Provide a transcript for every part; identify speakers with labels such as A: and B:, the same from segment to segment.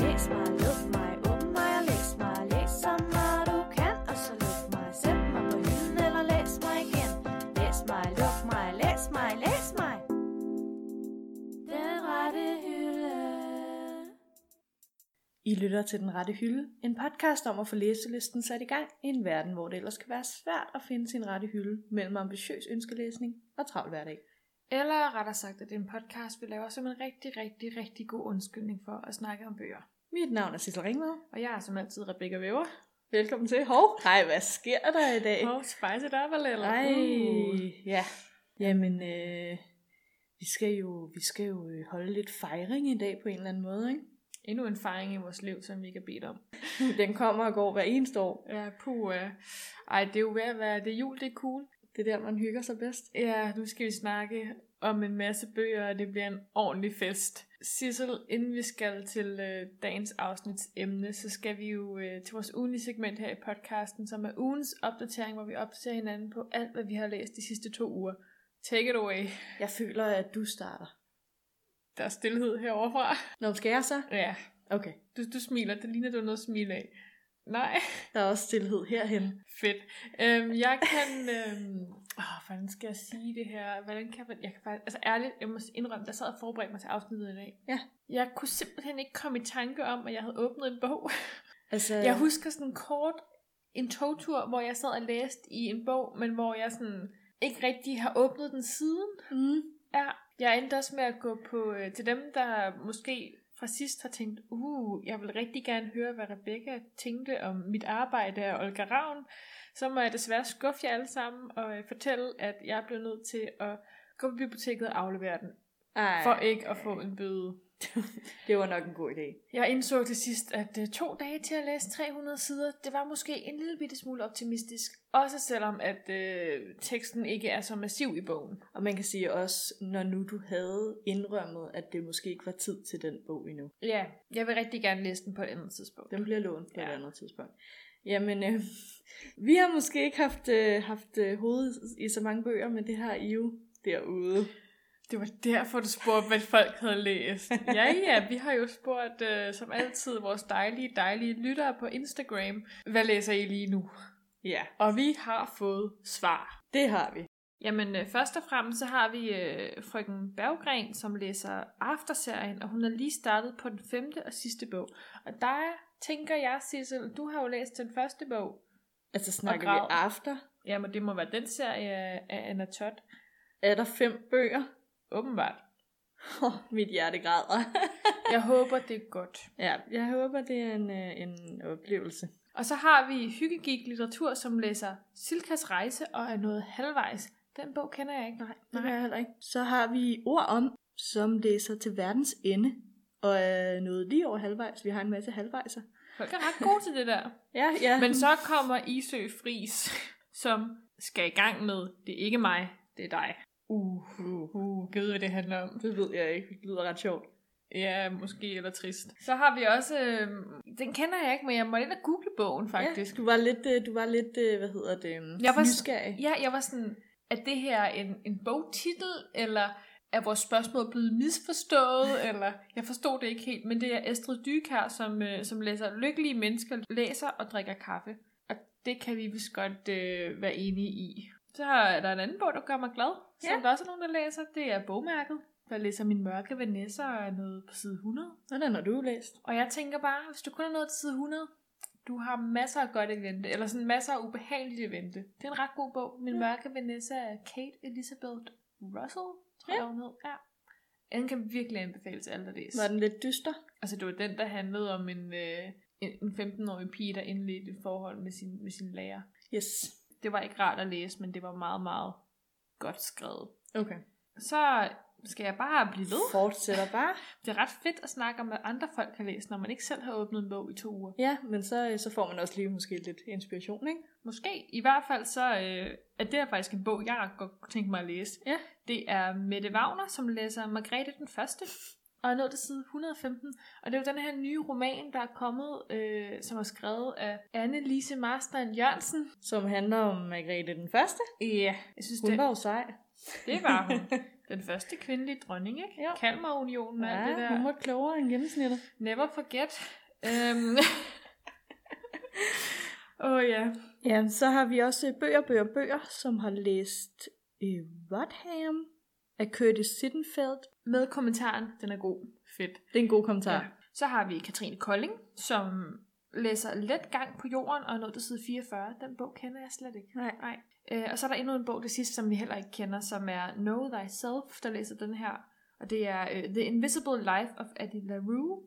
A: læs mig, luk mig, åbn mig og læs mig. Læs så meget du kan, og så luk mig. Sæt mig på hylden eller læs mig igen. Læs mig, luk mig, læs mig, læs mig. Den rette hylde.
B: I lytter til Den Rette Hylde, en podcast om at få læselisten sat i gang i en verden, hvor det ellers kan være svært at finde sin rette hylde mellem ambitiøs ønskelæsning og travl hverdag.
C: Eller rettere sagt, at det er en podcast, vi laver som en rigtig, rigtig, rigtig god undskyldning for at snakke om bøger.
B: Mit navn er Sissel Ringvad.
C: Og jeg er som altid Rebecca Weber.
B: Velkommen til. Hov, nej, hvad sker der i dag?
C: Og spice it up, eller?
B: Nej,
C: Uh.
B: ja. Jamen, øh, vi skal jo, vi skal jo øh, holde lidt fejring i dag på en eller anden måde, ikke?
C: Endnu en fejring i vores liv, som vi ikke har bedt om.
B: Den kommer og går hver eneste år.
C: Ja, puh. ja. Ej, det er jo ved at være, det er jul, det er cool.
B: Det er der, man hygger sig bedst.
C: Ja, nu skal vi snakke om en masse bøger, og det bliver en ordentlig fest. Sissel, inden vi skal til øh, dagens afsnits emne, så skal vi jo øh, til vores ugenlige segment her i podcasten, som er ugens opdatering, hvor vi opdaterer hinanden på alt, hvad vi har læst de sidste to uger. Take it away.
B: Jeg føler, at du starter.
C: Der er stillhed heroverfra.
B: Nå, skal jeg så?
C: Ja,
B: Okay.
C: du, du smiler. Det ligner, du har noget at smile af. Nej.
B: Der er også stillhed herhen.
C: Fedt. Øhm, jeg kan... Øhm, åh, hvordan skal jeg sige det her? Hvordan kan man... Jeg kan faktisk... Altså ærligt, jeg må indrømme, der sad og forberedte mig til afsnittet i dag.
B: Ja.
C: Jeg kunne simpelthen ikke komme i tanke om, at jeg havde åbnet en bog.
B: Altså,
C: Øh. Jeg husker sådan kort en togtur, hvor jeg sad og læste i en bog, men hvor jeg sådan ikke rigtig har åbnet den siden.
B: mm,
C: Ja, jeg endte også med at gå på øh, til dem, der måske fra sidst har tænkt, uh, jeg vil rigtig gerne høre, hvad Rebecca tænkte om mit arbejde af Olga Ravn. Så må jeg desværre skuffe jer alle sammen og øh, fortælle, at jeg blev nødt til at gå på biblioteket og aflevere den,
B: ej,
C: for ikke at få en bøde.
B: det var nok en god idé.
C: Jeg indså til sidst, at øh, to dage til at læse 300 sider, det var måske en lille bitte smule optimistisk. Også selvom, at øh, teksten ikke er så massiv i bogen.
B: Og man kan sige også, når nu du havde indrømmet, at det måske ikke var tid til den bog endnu.
C: Ja, jeg vil rigtig gerne læse den på et andet tidspunkt.
B: Den bliver lånt på ja. et
C: Ja.
B: andet tidspunkt. Jamen, øh, vi har måske ikke haft, øh, haft øh, hovedet i så mange bøger, men det har I jo derude.
C: Det var derfor, du spurgte, hvad folk havde læst. Ja, ja, vi har jo spurgt, øh, som altid, vores dejlige, dejlige lyttere på Instagram, hvad læser I lige nu?
B: Ja,
C: Og vi har fået svar.
B: det har vi.
C: Jamen, øh, først og fremmest så har vi øh, frøken Berggren, som læser Afterserien, og hun er lige startet på den femte og sidste bog. Og der tænker jeg, Sissel, du har jo læst den første bog.
B: Altså snakker
C: Og
B: vi
C: grav.
B: after.
C: Jamen, det må være den serie af- af Anna Todd,
B: Er der fem bøger?
C: åbenbart.
B: Oh, mit hjerte græder.
C: Jeg håber, det er godt.
B: ja, jeg håber, det er en, øh, en oplevelse.
C: Og så har vi Hyggegik Litteratur, som læser Silkas Rejse og er noget halvvejs. Den bog kender jeg ikke. Nej,
B: Det gør jeg heller ikke. Så har vi ord om, som læser til verdens ende, og er noget lige over halvvejs. Vi har en masse halvvejser.
C: Folk er ret gode til det der.
B: Ja, ja.
C: Men så kommer Isø Fris, som skal i gang med Det er ikke mig, det er dig.
B: Uh, uh,
C: Uh, gud, hvad det handler om.
B: det ved jeg ikke. Det lyder ret sjovt.
C: Ja, måske eller trist. Så har vi også, øh, den kender jeg ikke, men jeg måtte ind og google bogen faktisk.
B: Ja, du var lidt, øh, du var lidt øh, hvad hedder det,
C: Jeg var-
B: nysgerrig.
C: Ja, jeg var sådan, er det her en, en bogtitel, eller er vores spørgsmål blevet misforstået, eller jeg forstod det ikke helt, men det er Astrid Dykær, som, øh, som læser Lykkelige mennesker læser og drikker kaffe, og det kan vi vist godt øh, være enige i. Så er der en anden bog, der gør mig glad, ja.
B: Ja.
C: som der også er nogen, der læser, det er bogmærket. Der læser min mørke Vanessa og er noget på side 100.
B: Hvordan har du læst?
C: Og jeg tænker bare, hvis du kun er nået til side 100, du har masser af godt i vente, eller sådan masser af ubehageligt i vente. Det er en ret god bog. Min
B: Ja.
C: mørke Vanessa er Kate Elizabeth Russell, tror
B: Ja.
C: jeg, hun hed. Ja. Den kan virkelig anbefales til alle, der læser.
B: Var den lidt dyster?
C: Altså, det var den, der handlede om en, øh, en en 15-årig pige, der indledte et forhold med sin, med sin lærer.
B: Yes.
C: Det var ikke rart at læse, men det var meget, meget godt skrevet.
B: Okay.
C: Så skal jeg bare blive ved.
B: Fortsætter bare.
C: Det er ret fedt at snakke om, hvad andre folk har læst, når man ikke selv har åbnet en bog i to uger.
B: Ja, men så, øh, så får man også lige måske lidt inspiration, ikke?
C: Måske. I hvert fald så øh, er det her faktisk en bog, jeg ret godt kunne tænke mig at læse.
B: Ja.
C: Det er Mette Wagner, som læser Margrethe den Første, og er nået til side 115. Og det er jo den her nye roman, der er kommet, øh, som er skrevet af Anne-Lise Marstein Jørgensen.
B: Som handler om Margrethe den Første.
C: Ja, jeg synes,
B: Hun
C: det,
B: var jo sej.
C: det var hun. Den første kvindelige dronning, ikke?
B: Jo.
C: Kalmarunionen og alt det
B: Ja, hun
C: der.
B: var klogere end gennemsnittet.
C: Never forget. Øhm. Åh oh, ja.
B: Ja, så har vi også øh, bøger, bøger, bøger, som har læst øh, Rotham af Curtis Sittenfeld.
C: Med kommentaren, den er god. Fedt.
B: Det er en god kommentar. Ja.
C: Så har vi Katrine Kolding, som læser Let gang på jorden og er nået til side 44. Den bog kender jeg slet ikke.
B: Nej.
C: Nej. Øh, og så er der endnu en bog, det sidste, som vi heller ikke kender, som er Know Thyself, der læser den her. Og det er øh, The Invisible Life of Addie LaRue.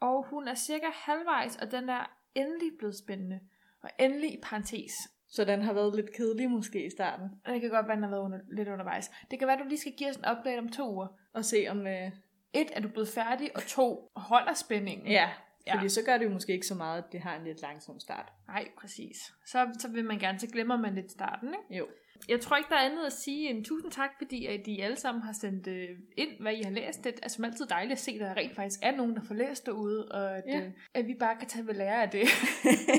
C: Og hun er cirka halvvejs, og den er endelig blevet spændende. Og endelig i parentes.
B: Så den har været lidt kedelig måske i starten.
C: Og det kan godt være, den har været under, lidt undervejs. Det kan være, du lige skal give os en update om to uger.
B: Og se om... Øh,
C: Et, er du blevet færdig, og to, holder spændingen.
B: ja,
C: Ja.
B: fordi så gør det jo måske ikke så meget, at det har en lidt langsom start.
C: Nej, præcis. Så, så vil man gerne, så glemmer man lidt starten, ikke?
B: Jo.
C: Jeg tror ikke, der er andet at sige end tusind tak, fordi at I alle sammen har sendt øh, ind, hvad I har læst. Det er som altid dejligt at se, at der rent faktisk er nogen, der får læst derude, og at,
B: Ja.
C: ja. øh, at vi bare kan tage ved lære af det.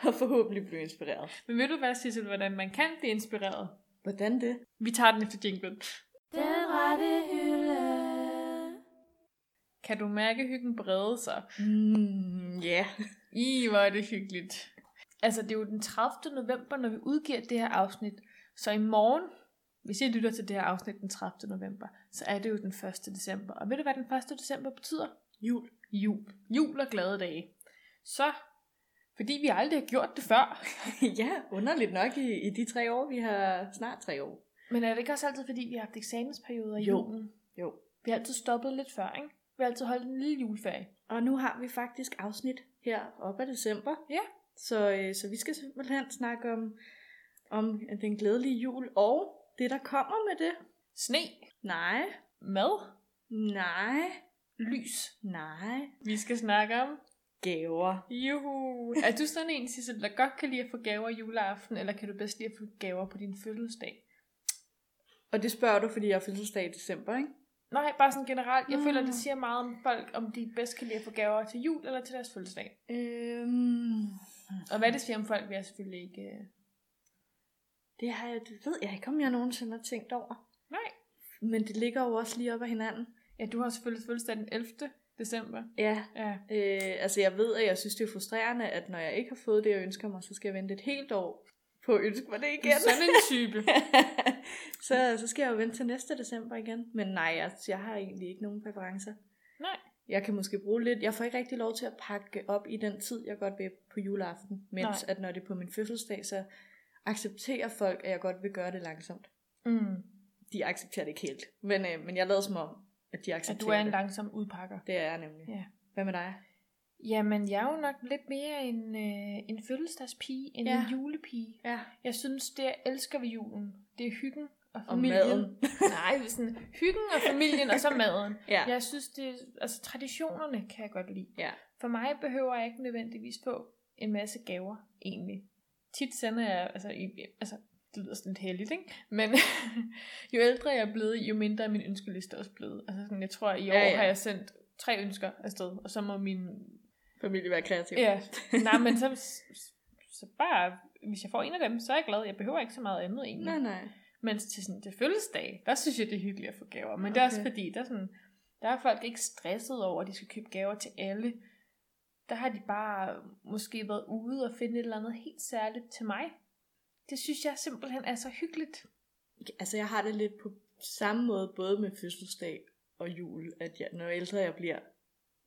B: og forhåbentlig blive inspireret.
C: Men ved du hvad, Sissel, hvordan man kan blive inspireret?
B: Hvordan det?
C: Vi tager den efter jinglen.
A: Den rette hylde.
C: Kan du mærke hyggen brede sig?
B: Mm, ja.
C: I, hvor er det hyggeligt. Altså, det er jo den 30. november, når vi udgiver det her afsnit. Så i morgen, hvis I lytter til det her afsnit den 30. november, så er det jo den 1. december. Og ved du, hvad den 1. december betyder?
B: Jul.
C: Jul. Jul og glade dage. Så, fordi vi aldrig har gjort det før.
B: ja, underligt nok i, i de tre år, vi har snart tre år.
C: Men er det ikke også altid, fordi vi har haft eksamensperioder i
B: Jo.
C: julen?
B: Jo.
C: Vi har altid stoppet lidt før, ikke? Vi har altid holdt en lille juleferie.
B: Og nu har vi faktisk afsnit her op af december.
C: Ja.
B: Så, øh, så vi skal simpelthen snakke om, om den glædelige jul og det, der kommer med det.
C: Sne,
B: Nej,
C: mad,
B: nej,
C: lys.
B: nej.
C: Vi skal snakke om
B: Gaver.
C: Juhu. Er du sådan en, Sissel, der godt kan lide at få gaver juleaften, eller kan du bedst lide at få gaver på din fødselsdag?
B: Og det spørger du, fordi jeg har fødselsdag i december, ikke?
C: Nej, bare sådan generelt. Jeg mm. føler,
B: Mm.
C: det siger meget om folk, om de bedst kan lide at få gaver til jul eller til deres fødselsdag.
B: Øhm,
C: Og hvad det siger om folk, vil jeg selvfølgelig ikke... øh,
B: det, har jeg, det ved jeg ikke, om jeg nogensinde har tænkt over.
C: Nej.
B: Men det ligger jo også lige op ad hinanden.
C: Ja, du har selvfølgelig fødselsdag den 11. december.
B: Ja,
C: Ja.
B: Øh, altså jeg ved, at jeg synes, det er frustrerende, at når jeg ikke har fået det, jeg ønsker mig, så skal jeg vente et helt år på at ønske mig det
C: Du er
B: igen.
C: sådan en type.
B: så, så skal jeg jo vente til næste december igen. Men nej, jeg, jeg har egentlig ikke nogen præferencer.
C: Nej.
B: Jeg kan måske bruge lidt. Jeg får ikke rigtig lov til at pakke op i den tid, jeg godt vil på juleaften. Mens
C: Nej.
B: at når det er på min fødselsdag, så accepterer folk, at jeg godt vil gøre det langsomt.
C: Mm.
B: De accepterer det ikke helt. Men, øh, men jeg lader som om, at de
C: At
B: accepterer
C: du er en
B: det.
C: langsom udpakker.
B: Det er jeg nemlig.
C: Ja.
B: Hvad med dig?
C: Jamen, jeg er jo nok lidt mere en, øh, en fødselsdagspige end
B: Ja.
C: en julepige.
B: Ja.
C: Jeg synes, det jeg elsker ved julen, det er hyggen og
B: Og
C: familien.
B: maden.
C: Nej, det er sådan hyggen og familien, og så maden.
B: Ja.
C: Jeg synes, det, altså traditionerne kan jeg godt lide.
B: Ja.
C: For mig behøver jeg ikke nødvendigvis få en masse gaver, egentlig. Tit sender jeg, altså, i, altså det lyder sådan lidt heldigt, ikke? Men jo ældre jeg er blevet, jo mindre er min ønskeliste også blevet. Altså sådan, jeg tror, i år ja,
B: ja.
C: ja. har jeg sendt tre ønsker afsted, og så må min
B: Familie være kreativ.
C: Ja, nej, men så, så bare, hvis jeg får en af dem, så er jeg glad. Jeg behøver ikke så meget andet egentlig.
B: Nej, nej.
C: Men til, sådan, til fødselsdag, der synes jeg, det er hyggeligt at få gaver. Men okay. det er også
B: Okay.
C: fordi, der er, sådan, der er folk ikke stresset over, at de skal købe gaver til alle. Der har de bare måske været ude og finde et eller andet helt særligt til mig. Det synes jeg simpelthen er så hyggeligt.
B: Altså, jeg har det lidt på samme måde, både med fødselsdag og jul, at jeg, når ældre jeg bliver,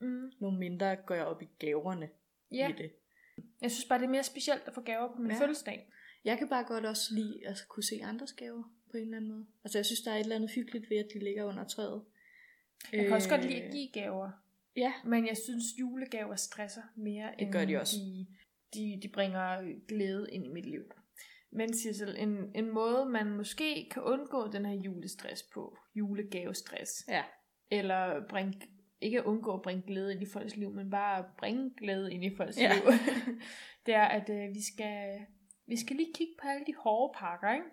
C: Mm.
B: nu mindre går jeg op i gaverne
C: Ja,
B: i det.
C: jeg synes bare, det er mere specielt at få gaver på min
B: Ja.
C: ja. fødselsdag.
B: Jeg kan bare godt også lide at kunne se andres gaver på en eller anden måde. Altså, jeg synes, der er et eller andet hyggeligt ved, at de ligger under træet. Øh,
C: Jeg kan også godt lide at give gaver.
B: Ja,
C: Men jeg synes, julegaver stresser mere,
B: Det gør de også.
C: De, de, de bringer glæde ind i mit liv. Men Sissel, en, en måde, man måske kan undgå den her julestress på, julegavestress,
B: ja.
C: eller bringe, ikke at undgå at bringe glæde ind i folks liv, men bare at bringe glæde ind i folks
B: Ja.
C: liv, det er, at øh, vi, skal, vi skal lige kigge på alle de hårde pakker, ikke?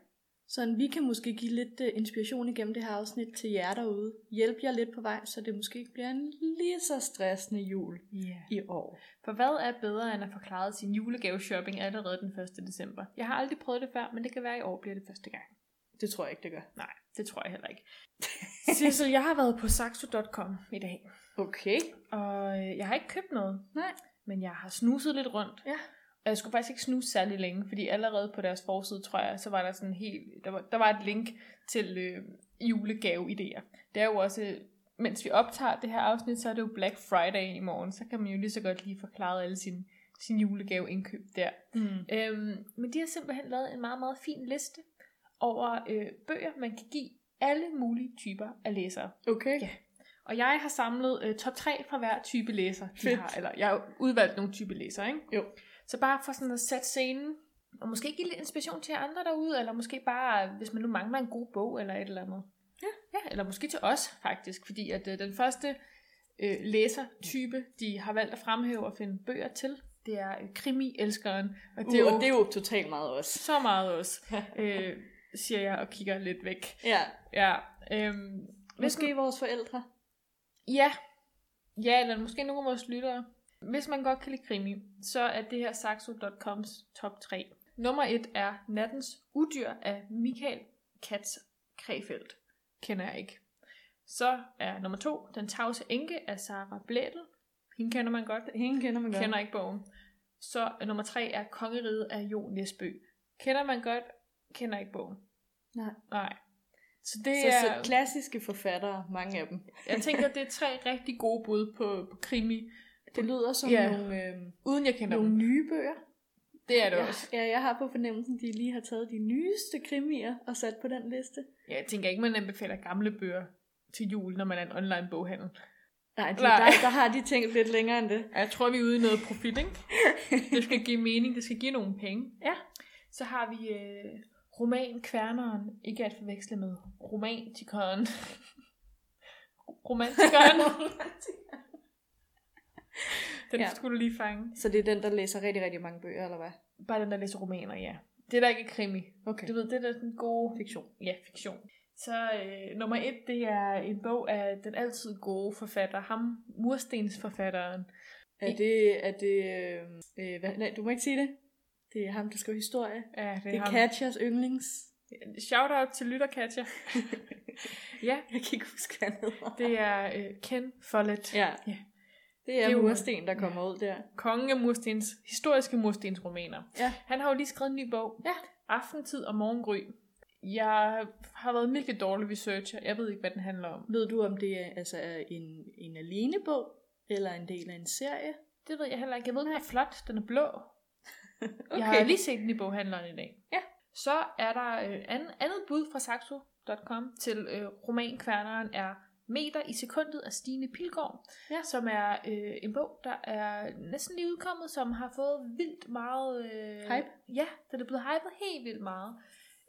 B: Sådan, vi kan måske give lidt uh, inspiration igennem det her afsnit til jer derude. Hjælp jer lidt på vej, så det måske ikke bliver en lige så stressende jul
C: Yeah.
B: i år.
C: For hvad er bedre end at forklare sin julegave-shopping allerede den 1. december? Jeg har aldrig prøvet det før, men det kan være, at i år bliver det første gang.
B: Det tror jeg ikke, det gør.
C: Nej, det tror jeg heller ikke. Sissel, jeg har været på saxo.com i dag.
B: Okay.
C: Og øh, jeg har ikke købt noget.
B: Nej.
C: Men jeg har snuset lidt rundt.
B: Ja.
C: Og jeg skulle faktisk ikke snuse særlig længe, fordi allerede på deres forside, tror jeg, så var der sådan helt, der var, der var et link til øh, julegaveidéer. Det er jo også, øh, mens vi optager det her afsnit, så er det jo Black Friday i morgen, så kan man jo lige så godt lige forklare alle sine sin julegaveindkøb der.
B: Mm.
C: Øhm, men de har simpelthen lavet en meget, meget fin liste over øh, bøger, man kan give alle mulige typer af læsere.
B: Okay.
C: Ja. Og jeg har samlet øh, top 3 fra hver type læser, de
B: Fedt.
C: har, eller jeg har udvalgt nogle type læsere, ikke?
B: Jo.
C: Så bare for sådan at sætte scenen, og måske give lidt inspiration til andre derude, eller måske bare, hvis man nu mangler en god bog, eller et eller andet.
B: Ja.
C: ja eller måske til os, faktisk, fordi at øh, den første øh, læsertype, de har valgt at fremhæve og finde bøger til, det er øh, krimi-elskeren, og det er
B: Uh,
C: jo
B: og det er jo totalt meget os.
C: så meget os, øh, siger jeg og kigger lidt væk.
B: Ja.
C: Ja, øhm, hvis
B: Måske vores forældre.
C: Ja. Ja, eller måske nogle af vores lyttere. Hvis man godt kan lide krimi, så er det her Saxo.coms top 3. Nummer 1 er Nattens Udyr af Michael Katz Krefeldt. Kender jeg ikke. Så er nummer 2 Den tavse enke af Sara Blædel. Hende kender man godt.
B: Hende kender man
C: Jeg
B: godt.
C: kender ikke bogen. Så er nummer 3 er Kongeriget af Jo Nesbø. Kender man godt, kender ikke bogen.
B: Nej.
C: Nej. Så det
B: Så,
C: er...
B: så klassiske forfattere, mange af dem.
C: Jeg tænker, det er tre rigtig gode bud på, på krimi,
B: Det lyder som
C: Ja.
B: nogle, øh,
C: uden jeg kender
B: nogle
C: dem.
B: nye bøger.
C: Det er det
B: Ja,
C: også.
B: ja, jeg har på fornemmelsen, de lige har taget de nyeste krimier og sat på den liste.
C: Ja, jeg tænker ikke, man anbefaler gamle bøger til jul, når man er en online boghandel.
B: Nej, de,
C: Nej.
B: Der, der har de tænkt lidt længere end det.
C: Ja, Jeg tror, vi er ude i noget profit, ikke? Det skal give mening, det skal give nogle penge.
B: Ja.
C: Så har vi øh, roman Kværneren, ikke at forveksle med romantikeren. Romantikeren. Den
B: Ja.
C: ja. skulle du lige fange.
B: Så det er den, der læser rigtig, rigtig mange bøger, eller hvad?
C: Bare den, der læser romaner, ja. Det er der ikke er krimi.
B: Okay.
C: Du ved, det er da den gode...
B: Fiktion.
C: Ja, fiktion. Så øh, nummer et, det er en bog af den altid gode forfatter, ham murstensforfatteren.
B: Er det, er det, øh, øh, hvad, nej, du må ikke sige det. Det er ham, der skriver historie.
C: Ja,
B: Det er Katjas yndlings.
C: Shout out til lytter, Katja. ja,
B: Jeg kan ikke huske, hvad han hedder.
C: det er øh, Ken Follett.
B: Ja.
C: Ja.
B: Det er,
C: Det er
B: det
C: jo-
B: er mursten, der kommer ud der.
C: Kongen af murstens, historiske murstens romaner.
B: Ja.
C: Han har jo lige skrevet en ny bog.
B: Ja.
C: Aftentid og morgengry. Jeg har været en virkelig dårlig researcher. Jeg ved ikke, hvad den handler om.
B: Ved du, om det er, altså, er en, en alenebog, eller en del af en serie?
C: Det ved jeg heller ikke. Jeg ved, den er flot. Den er blå. Okay. Jeg har lige set den i boghandleren i dag.
B: Ja.
C: Så er der øh, anden, andet bud fra Saxo.com til øh, romankværneren er Meter i sekundet af Stine Pilgaard,
B: Ja.
C: som er øh, en bog, der er næsten lige udkommet, som har fået vildt meget... Øh,
B: Hype?
C: Ja, den er blevet hypet helt vildt meget.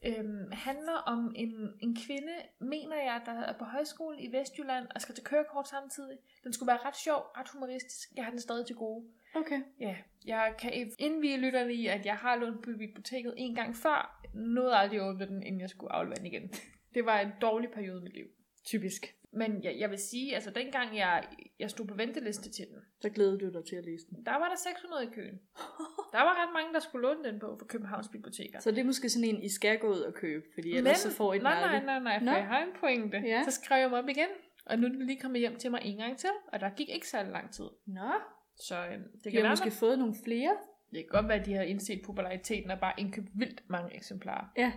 C: Øhm, handler om en, en kvinde, mener jeg, der er på højskole i Vestjylland og skal til kørekort samtidig. Den skulle være ret sjov, ret humoristisk. Jeg har den stadig til gode.
B: Okay.
C: Ja, jeg kan indvige lytterne i, at jeg har lånt på biblioteket en gang før. Nåede aldrig at åbne den, inden jeg skulle aflevere den igen. Det var en dårlig periode i mit liv.
B: Typisk.
C: Men jeg, jeg vil sige, altså dengang jeg, jeg stod på venteliste til den,
B: Så glæder du dig til at læse den.
C: der var der 600 i køen. Der var ret mange, der skulle låne den på for Københavns Biblioteker.
B: Så det er måske sådan en, I skal gå ud og købe, fordi ellers så får I den
C: nej, nej,
B: aldrig.
C: nej, nej, for
B: Nå.
C: jeg har en pointe.
B: Ja.
C: Så skrev jeg mig op igen, og nu er den lige kommet hjem til mig en gang til, og der gik ikke særlig lang tid.
B: Nå,
C: Så øhm, det
B: det
C: kan
B: kan
C: være,
B: har måske fået nogle flere.
C: Det kan godt være, at de har indset populariteten og bare indkøbt vildt mange eksemplarer.
B: Ja,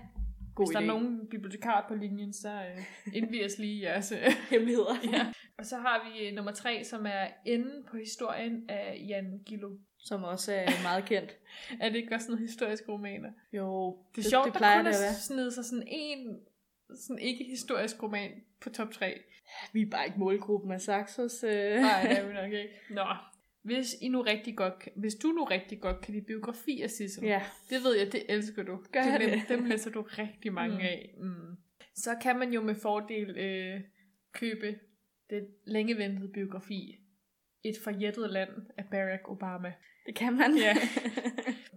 B: god
C: Hvis
B: idé.
C: der er nogen bibliotekarer på linjen, så øh, indviger os lige jeres. Øh.
B: hemmeligheder.
C: ja. Og så har vi øh, nummer tre, som er enden på historien af Jan Gillo.
B: Som også er meget kendt.
C: Er det ikke også sådan historiske romaner?
B: Jo,
C: Det er sjovt,
B: det
C: det, det
B: plejer
C: der kun
B: det at
C: er
B: være.
C: sned sig sådan en sådan ikke historisk roman på top 3.
B: Vi er bare ikke målgruppen af Saxos. Øh.
C: Nej, det er vi nok ikke. Nå, hvis, I nu rigtig godt, kan- hvis du nu rigtig godt kan lide biografier, Sissel,
B: Ja,
C: Det ved jeg, det elsker du.
B: Gør
C: det,
B: jeg
C: dem,
B: det?
C: dem læser du rigtig mange mm.
B: Mm.
C: af. Mm. Så kan man jo med fordel øh, købe den længeventede biografi Et forjættet land af Barack Obama.
B: det kan man.
C: Ja.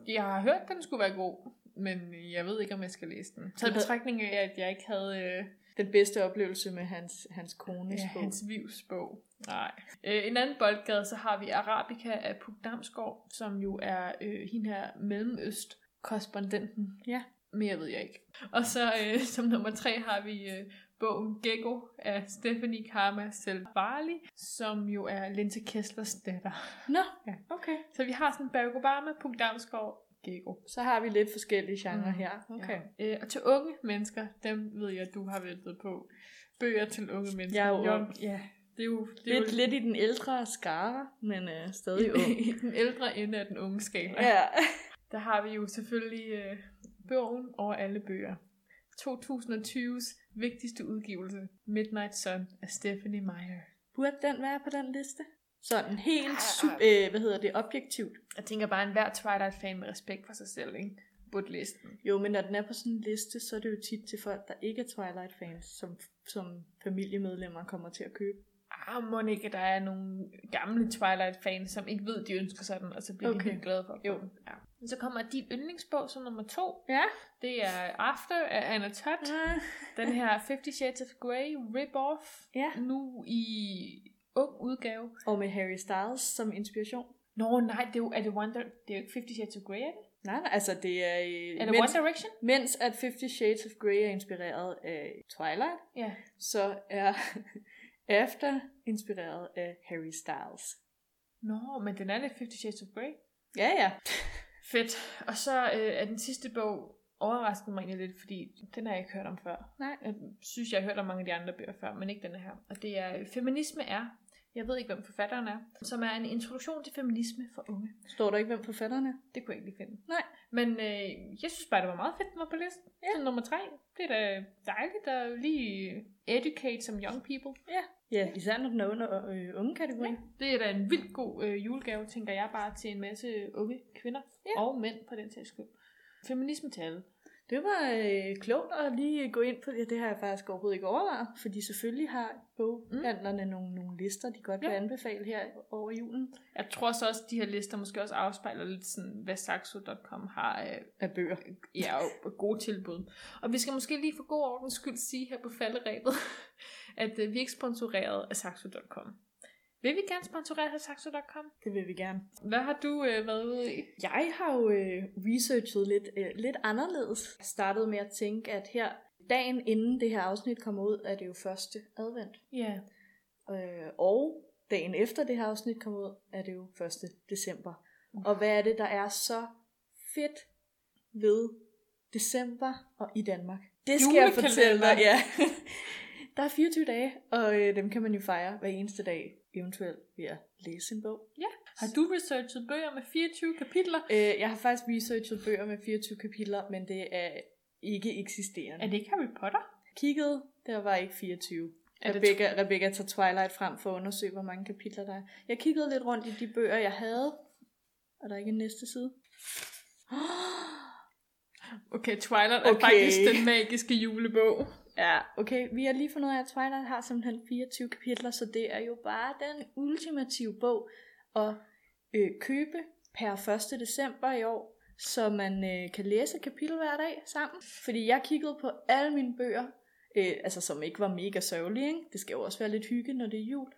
C: Jeg har hørt, den skulle være god, men jeg ved ikke, om jeg skal læse den. Så i
B: Du havde-
C: betragtning af, at jeg ikke havde øh,
B: Den bedste oplevelse med hans, hans kones
C: ja,
B: bog.
C: hans livsbog. Nej. Øh, en anden boldgade, så har vi Arabica af Puk Damsgaard, som jo er øh, hende her mellemøst korrespondenten.
B: Ja.
C: Mere ved jeg ikke. Og så øh, som nummer tre har vi øh, bogen Gecko af Stephanie Karma Selvali, som jo er Linse Kesslers datter.
B: Nå,
C: Ja.
B: okay.
C: Så vi har sådan Barack Obama, Puk Damsgaard, Gecko.
B: Så har vi lidt forskellige genrer
C: Mm,
B: her.
C: Okay. Ja. Øh, og til unge mennesker, dem ved jeg, du har ventet på. Bøger til unge mennesker.
B: Jeg er jo
C: Jeg-
B: ung.
C: ja, det er jo, det er
B: Lidt,
C: jo
B: lidt i den ældre skare, men øh,
C: i,
B: stadig ung.
C: i den ældre ende af den unge skala.
B: ja.
C: Der har vi jo selvfølgelig øh, bogen over alle bøger. 2020's vigtigste udgivelse, Midnight Sun af Stephanie Meyer.
B: Burde den være på den liste? Sådan helt,
C: Ah.
B: su- øh, hvad hedder det, objektivt.
C: Jeg tænker bare, at enhver Twilight-fan med respekt for sig selv, ikke? Burde læse den.
B: Jo, men når den er på sådan en liste, så er det jo tit til folk, der ikke er Twilight-fans, som, som familiemedlemmer kommer til at købe.
C: Ah, må ikke, at der er nogle gamle Twilight-fans, som ikke ved, de ønsker sådan, og så bliver okay. de
B: Okay.
C: helt glade for
B: Jo.
C: dem. Ja. Men så kommer din yndlingsbog som nummer to.
B: Ja.
C: Det er After af Anna Todd. Den her Fifty Shades of Grey rip-off.
B: Ja.
C: Nu i ung udgave.
B: Og med Harry Styles som inspiration.
C: Nå nej, det er jo, er det Wonder, det er jo ikke Fifty Shades of Grey, er det?
B: Nej, nej, altså det er... øh,
C: Er det One Direction?
B: mens at Fifty Shades of Grey er inspireret af Twilight,
C: Ja.
B: så er After inspireret af Harry Styles.
C: Nå, men den er lidt Fifty Shades of Grey.
B: Ja, ja.
C: Fedt. Og så øh, er den sidste bog overraskede mig egentlig lidt, fordi den har jeg ikke hørt om før.
B: Nej.
C: Jeg synes, jeg har hørt om mange af de andre bøger før, men ikke den her. Og det er øh, Feminisme er, jeg ved ikke, hvem forfatteren er, som er en introduktion til feminisme for unge.
B: Står der ikke, hvem forfatterne er?
C: Det kunne jeg ikke lige finde.
B: Nej.
C: Men øh, jeg synes bare, det var meget fedt, den var på listen. Ja. Så nummer tre, det er da dejligt at lige educate som young people.
B: Ja, især når den er under øh, unge kategorien.
C: Det er da en vildt god øh, julegave, tænker jeg bare, til en masse unge kvinder ja. og mænd på den sags skyld. Feminisme til alle.
B: Det var øh, klogt at lige gå ind på det. Det har jeg faktisk overhovedet ikke overvejet, fordi selvfølgelig har boghandlerne mm. nogle, nogle lister, de godt vil
C: Ja.
B: anbefale her over julen.
C: Jeg tror så også, at de her lister måske også afspejler lidt sådan, hvad Saxo.com har øh,
B: Af bøger.
C: ja, og gode tilbud. Og vi skal måske lige for god ordens skyld sige her på falderæbet, at øh, vi er ikke sponsoreret af Saxo.com. Vil vi gerne sponsorere af Saxo.com?
B: Det vil vi gerne.
C: Hvad har du øh, været ude i?
B: Jeg har jo øh, researchet lidt, øh, lidt anderledes. Jeg startede med at tænke, at her dagen inden det her afsnit kommer ud, er det jo første advent.
C: Ja.
B: Øh, og dagen efter det her afsnit kommer ud, er det jo 1. december. Og hvad er det, der er så fedt ved december og i Danmark? Det skal jeg
C: Julekalender.
B: fortælle dig. Ja. Der er 24 dage, og øh, dem kan man jo fejre hver eneste dag, eventuelt ved at læse en bog.
C: Har du researchet bøger med 24 kapitler?
B: Øh, jeg har faktisk researchet bøger med 24 kapitler, men det er ikke eksisterende.
C: Er det ikke Harry Potter?
B: Kiggede, der var ikke 24.
C: Er det
B: Rebecca, Rebecca tager Twilight frem for at undersøge, hvor mange kapitler der er. Jeg kiggede lidt rundt i de bøger, jeg havde. Er der ikke en næste side?
C: Okay, Twilight er okay.
B: Okay.
C: faktisk den magiske julebog.
B: Ja, okay. Vi har lige fundet ud af, at Twilight har simpelthen 24 kapitler, så det er jo bare den ultimative bog at øh, købe per 1. december i år, så man øh, kan læse et kapitel hver dag sammen. Fordi jeg kiggede på alle mine bøger, øh, altså som ikke var mega sørgelige, ikke? det skal jo også være lidt hygge, når det er jul,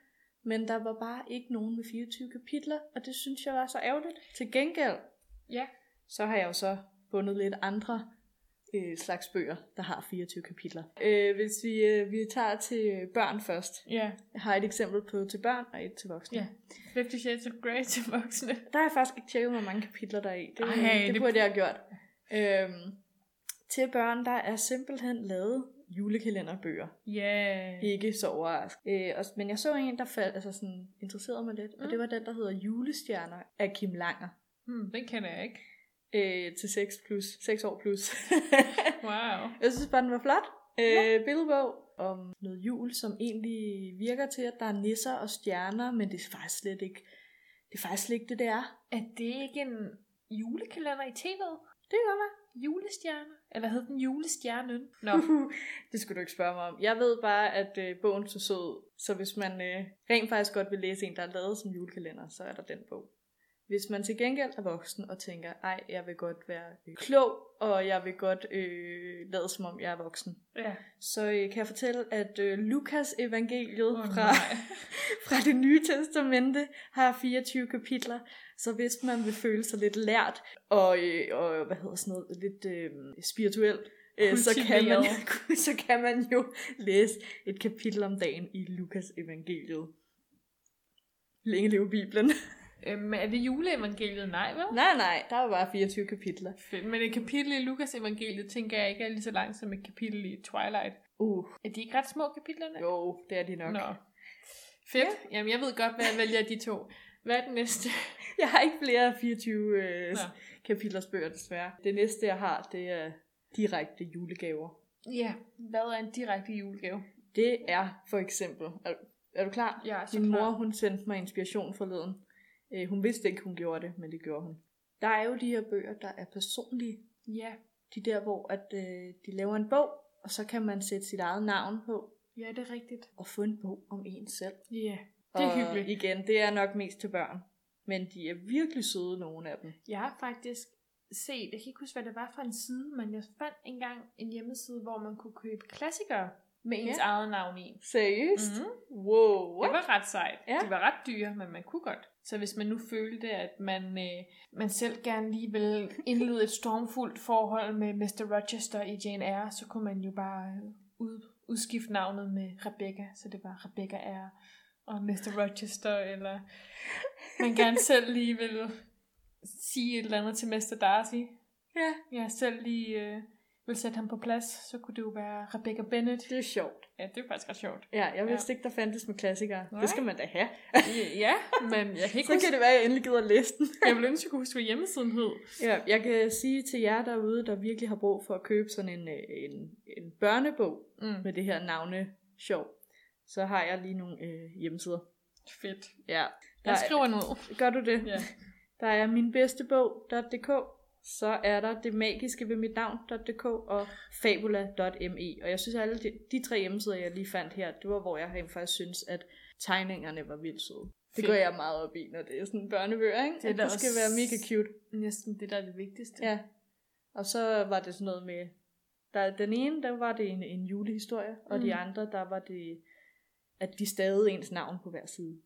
B: men der var bare ikke nogen med 24 kapitler, og det synes jeg var så ærgerligt. Til gengæld,
C: Ja.
B: så har jeg jo så bundet lidt andre øh, slags bøger, der har 24 kapitler. Øh, hvis vi, øh, vi tager til øh, børn først.
C: Ja.
B: Jeg har et eksempel på til børn og et til voksne.
C: Ja. Fifty Shades of Grey til voksne.
B: Der har jeg faktisk ikke tjekket, hvor mange kapitler der er i. Det,
C: Ej,
B: Ej, det
C: det-
B: burde jeg have gjort. Øhm, til børn, der er simpelthen lavet julekalenderbøger.
C: Ja. Yeah.
B: Ikke så overraskende. Øh, og, men jeg så en, der faldt, altså sådan, interesserede mig lidt, mm.
C: Mm.
B: og det var den, der hedder Julestjerner af Kim Langer.
C: Hmm, den kender jeg ikke.
B: Øh, til 6, plus, 6 år plus.
C: Wow.
B: Jeg synes bare, den var flot. Øh, billedbog om noget jul, som egentlig virker til, at der er nisser og stjerner, men det er faktisk slet ikke det, er faktisk slet ikke det, det er.
C: Er det ikke en julekalender i tv'et?
B: Det gør man.
C: Julestjerner? Eller hed den julestjernen? Nå,
B: det skulle du ikke spørge mig om. Jeg ved bare, at øh, bogen så sød, så hvis man øh, rent faktisk godt vil læse en, der er lavet som julekalender, så er der den bog. Hvis man til gengæld er voksen og tænker, ej, jeg vil godt være øh, klog, og jeg vil godt øh, lade som om jeg er voksen,
C: Ja.
B: så øh, kan jeg fortælle, at øh, Lukas evangeliet
C: Åh,
B: oh, fra,
C: nej.
B: fra det nye testamente har 24 kapitler, så hvis man vil føle sig lidt lært og, øh, og hvad hedder sådan noget, lidt øh, spirituel, øh, så, kan man, så kan man jo læse et kapitel om dagen i Lukas evangeliet. Længe leve Bibelen.
C: Øhm, er det juleevangeliet? Nej, vel?
B: Nej, nej, der er jo bare 24 kapitler.
C: Fedt. Men et kapitel i Lukas evangeliet, tænker jeg ikke er lige så langt som et kapitel i Twilight.
B: Uh,
C: Er de ikke ret små kapitlerne?
B: jo, det er de nok.
C: Nå. Fedt. Ja. Jamen, jeg ved godt, hvad jeg vælger af de to. Hvad er den næste?
B: Jeg har ikke flere 24 øh,
C: Nå.
B: kapitlers bøger, desværre. Det næste, jeg har, det er direkte julegaver.
C: Ja, hvad er en direkte julegave?
B: Det er for eksempel... Er, er du klar?
C: Jeg er så
B: Min mor,
C: klar.
B: hun sendte mig inspiration forleden. Øh, hun vidste ikke, hun gjorde det, men det gjorde hun. Der er jo de her bøger, der er personlige.
C: Ja.
B: De der, hvor at, øh, de laver en bog, og så kan man sætte sit eget navn på
C: ja, det er rigtigt.
B: og få en bog om en selv.
C: Ja, det er
B: og
C: hyggeligt.
B: igen, det er nok mest til børn. Men de er virkelig søde, nogle af dem.
C: Jeg har faktisk set, jeg kan ikke huske, hvad det var for en side, men jeg fandt engang en hjemmeside, hvor man kunne købe klassikere med ens
B: Ja.
C: eget navn i.
B: Seriøst?
C: Mhm.
B: Wow,
C: Det
B: what?
C: var ret sejt.
B: Ja.
C: De var ret dyre, men man kunne godt. Så hvis man nu følte, at man, øh, man selv gerne lige ville indlede et stormfuldt forhold med Mr. Rochester i Jane Eyre, så kunne man jo bare øh, ud, udskifte navnet med Rebecca, så det var Rebecca Eyre og Mr. Rochester, eller man gerne selv lige ville sige et eller andet til Mr. Darcy.
B: Ja.
C: Jeg selv lige øh, ville sætte ham på plads, så kunne det jo være Rebecca Bennett.
B: Det er sjovt.
C: Ja, det er faktisk ret sjovt.
B: Ja, jeg vidste ja. ikke, der fandtes med klassikere.
C: Nej.
B: Det skal man da have.
C: Ja, men jeg kan ikke
B: Så kan det være, at jeg endelig gider at læse den.
C: Jeg ville ønske, jeg kunne huske, hvad hjemmesiden hed.
B: Ja, jeg kan sige til jer derude, der virkelig har brug for at købe sådan en, øh, en, en børnebog
C: Mm.
B: med det her navne sjov, så har jeg lige nogle øh, hjemmesider.
C: Fedt.
B: Ja, der
C: Jeg
B: er,
C: skriver ned.
B: gør du det?
C: Ja.
B: Der er minbedstebog.dk, så er der det magiske ved mit navn.dk og fabula.me. Og jeg synes, at alle de, de tre hjemmesider, jeg lige fandt her, det var, hvor jeg rent faktisk synes, at tegningerne var vildt søde. Det
C: Fedt.
B: går jeg meget op i, når det er sådan en børnebøger, ikke?
C: Det er
B: Det,
C: da
B: det skal
C: også-
B: være mega cute.
C: Næsten det, der er det vigtigste.
B: Ja. Og så var det sådan noget med, der, den ene, der var det en, en julehistorie, og
C: Mm.
B: de andre, der var det, at de stavede ens navn på hver side.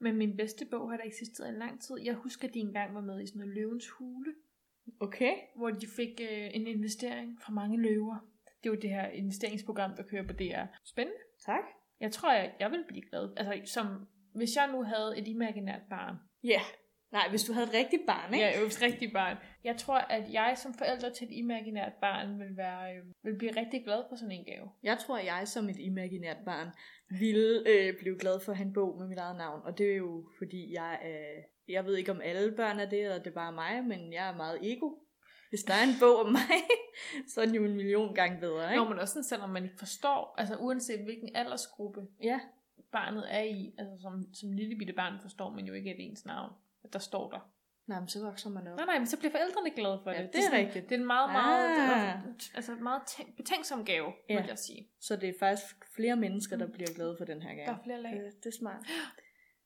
C: Men min bedste bog har der eksisteret i lang tid. Jeg husker, at de engang var med i sådan noget løvens hule,
B: Okay.
C: hvor de fik øh, en investering fra mange løver. Det var det her investeringsprogram, der kører på DR. Spændende.
B: Tak.
C: Jeg tror, jeg, jeg ville blive glad. Altså, som, hvis jeg nu havde et imaginært barn,
B: Ja. Yeah. Nej, hvis du havde et rigtigt barn, ikke?
C: Ja, øvs rigtig barn. Jeg tror, at jeg som forælder til et imaginært barn vil, være, øh, vil blive rigtig glad for sådan en gave.
B: Jeg tror, jeg som et imaginært barn ville øh, blive glad for at have en bog med mit eget navn. Og det er jo, fordi jeg Øh, jeg ved ikke, om alle børn er det, eller det er bare mig, men jeg er meget ego. Hvis der er en bog om mig, så er den jo en million gange bedre, ikke?
C: Når man også sådan, selvom man ikke forstår, altså uanset hvilken aldersgruppe
B: Ja.
C: barnet er i, altså som, som lille bitte barn forstår man jo ikke, at ens navn at der står der.
B: Nej, men så vokser man op.
C: Nej, nej, men så bliver forældrene glade for
B: Ja,
C: det.
B: det er
C: sådan-
B: rigtigt.
C: Det er en meget, meget,
B: Ah.
C: altså meget tænk, betænksom gave,
B: Ja.
C: ja. vil jeg sige.
B: Så det er faktisk flere mennesker, der
C: Mm.
B: bliver glade for den her gave.
C: Der er flere lag.
B: Øh, det er smart.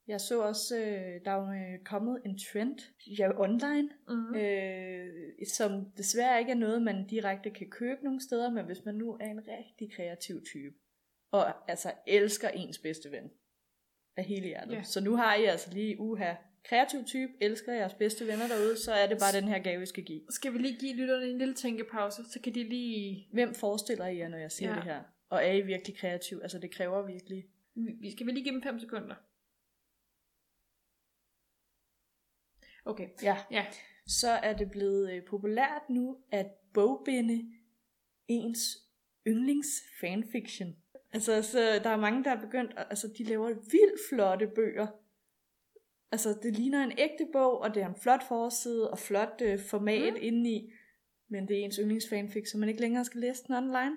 B: Jeg så også, øh, der er jo øh, kommet en trend ja, online,
C: Mm.
B: mm. øh, som desværre ikke er noget, man direkte kan købe nogle steder, men hvis man nu er en rigtig kreativ type, og altså elsker ens bedste ven af hele hjertet.
C: Ja.
B: Så nu har I altså lige uha. Kreativ type, elsker jeres bedste venner derude, så er det bare den her gave, I skal give.
C: Skal vi lige give lytterne en lille tænkepause, så kan de lige...
B: Hvem forestiller I jer, når jeg siger
C: Ja.
B: ja. det her? Og er I virkelig kreativ? Altså det kræver virkelig
C: Vi- Skal vi lige give dem 5 sekunder? Okay.
B: Ja.
C: Ja.
B: Så er det blevet øh, populært nu at bogbinde ens yndlings fanfiction. Altså, altså, der er mange, der er begyndt, at- altså de laver vildt flotte bøger. Altså, det ligner en ægte bog, og det er en flot forside og flot øh, format
C: Mm.
B: mm. indeni. Men det er ens yndlingsfanfic, så man ikke længere skal læse den online.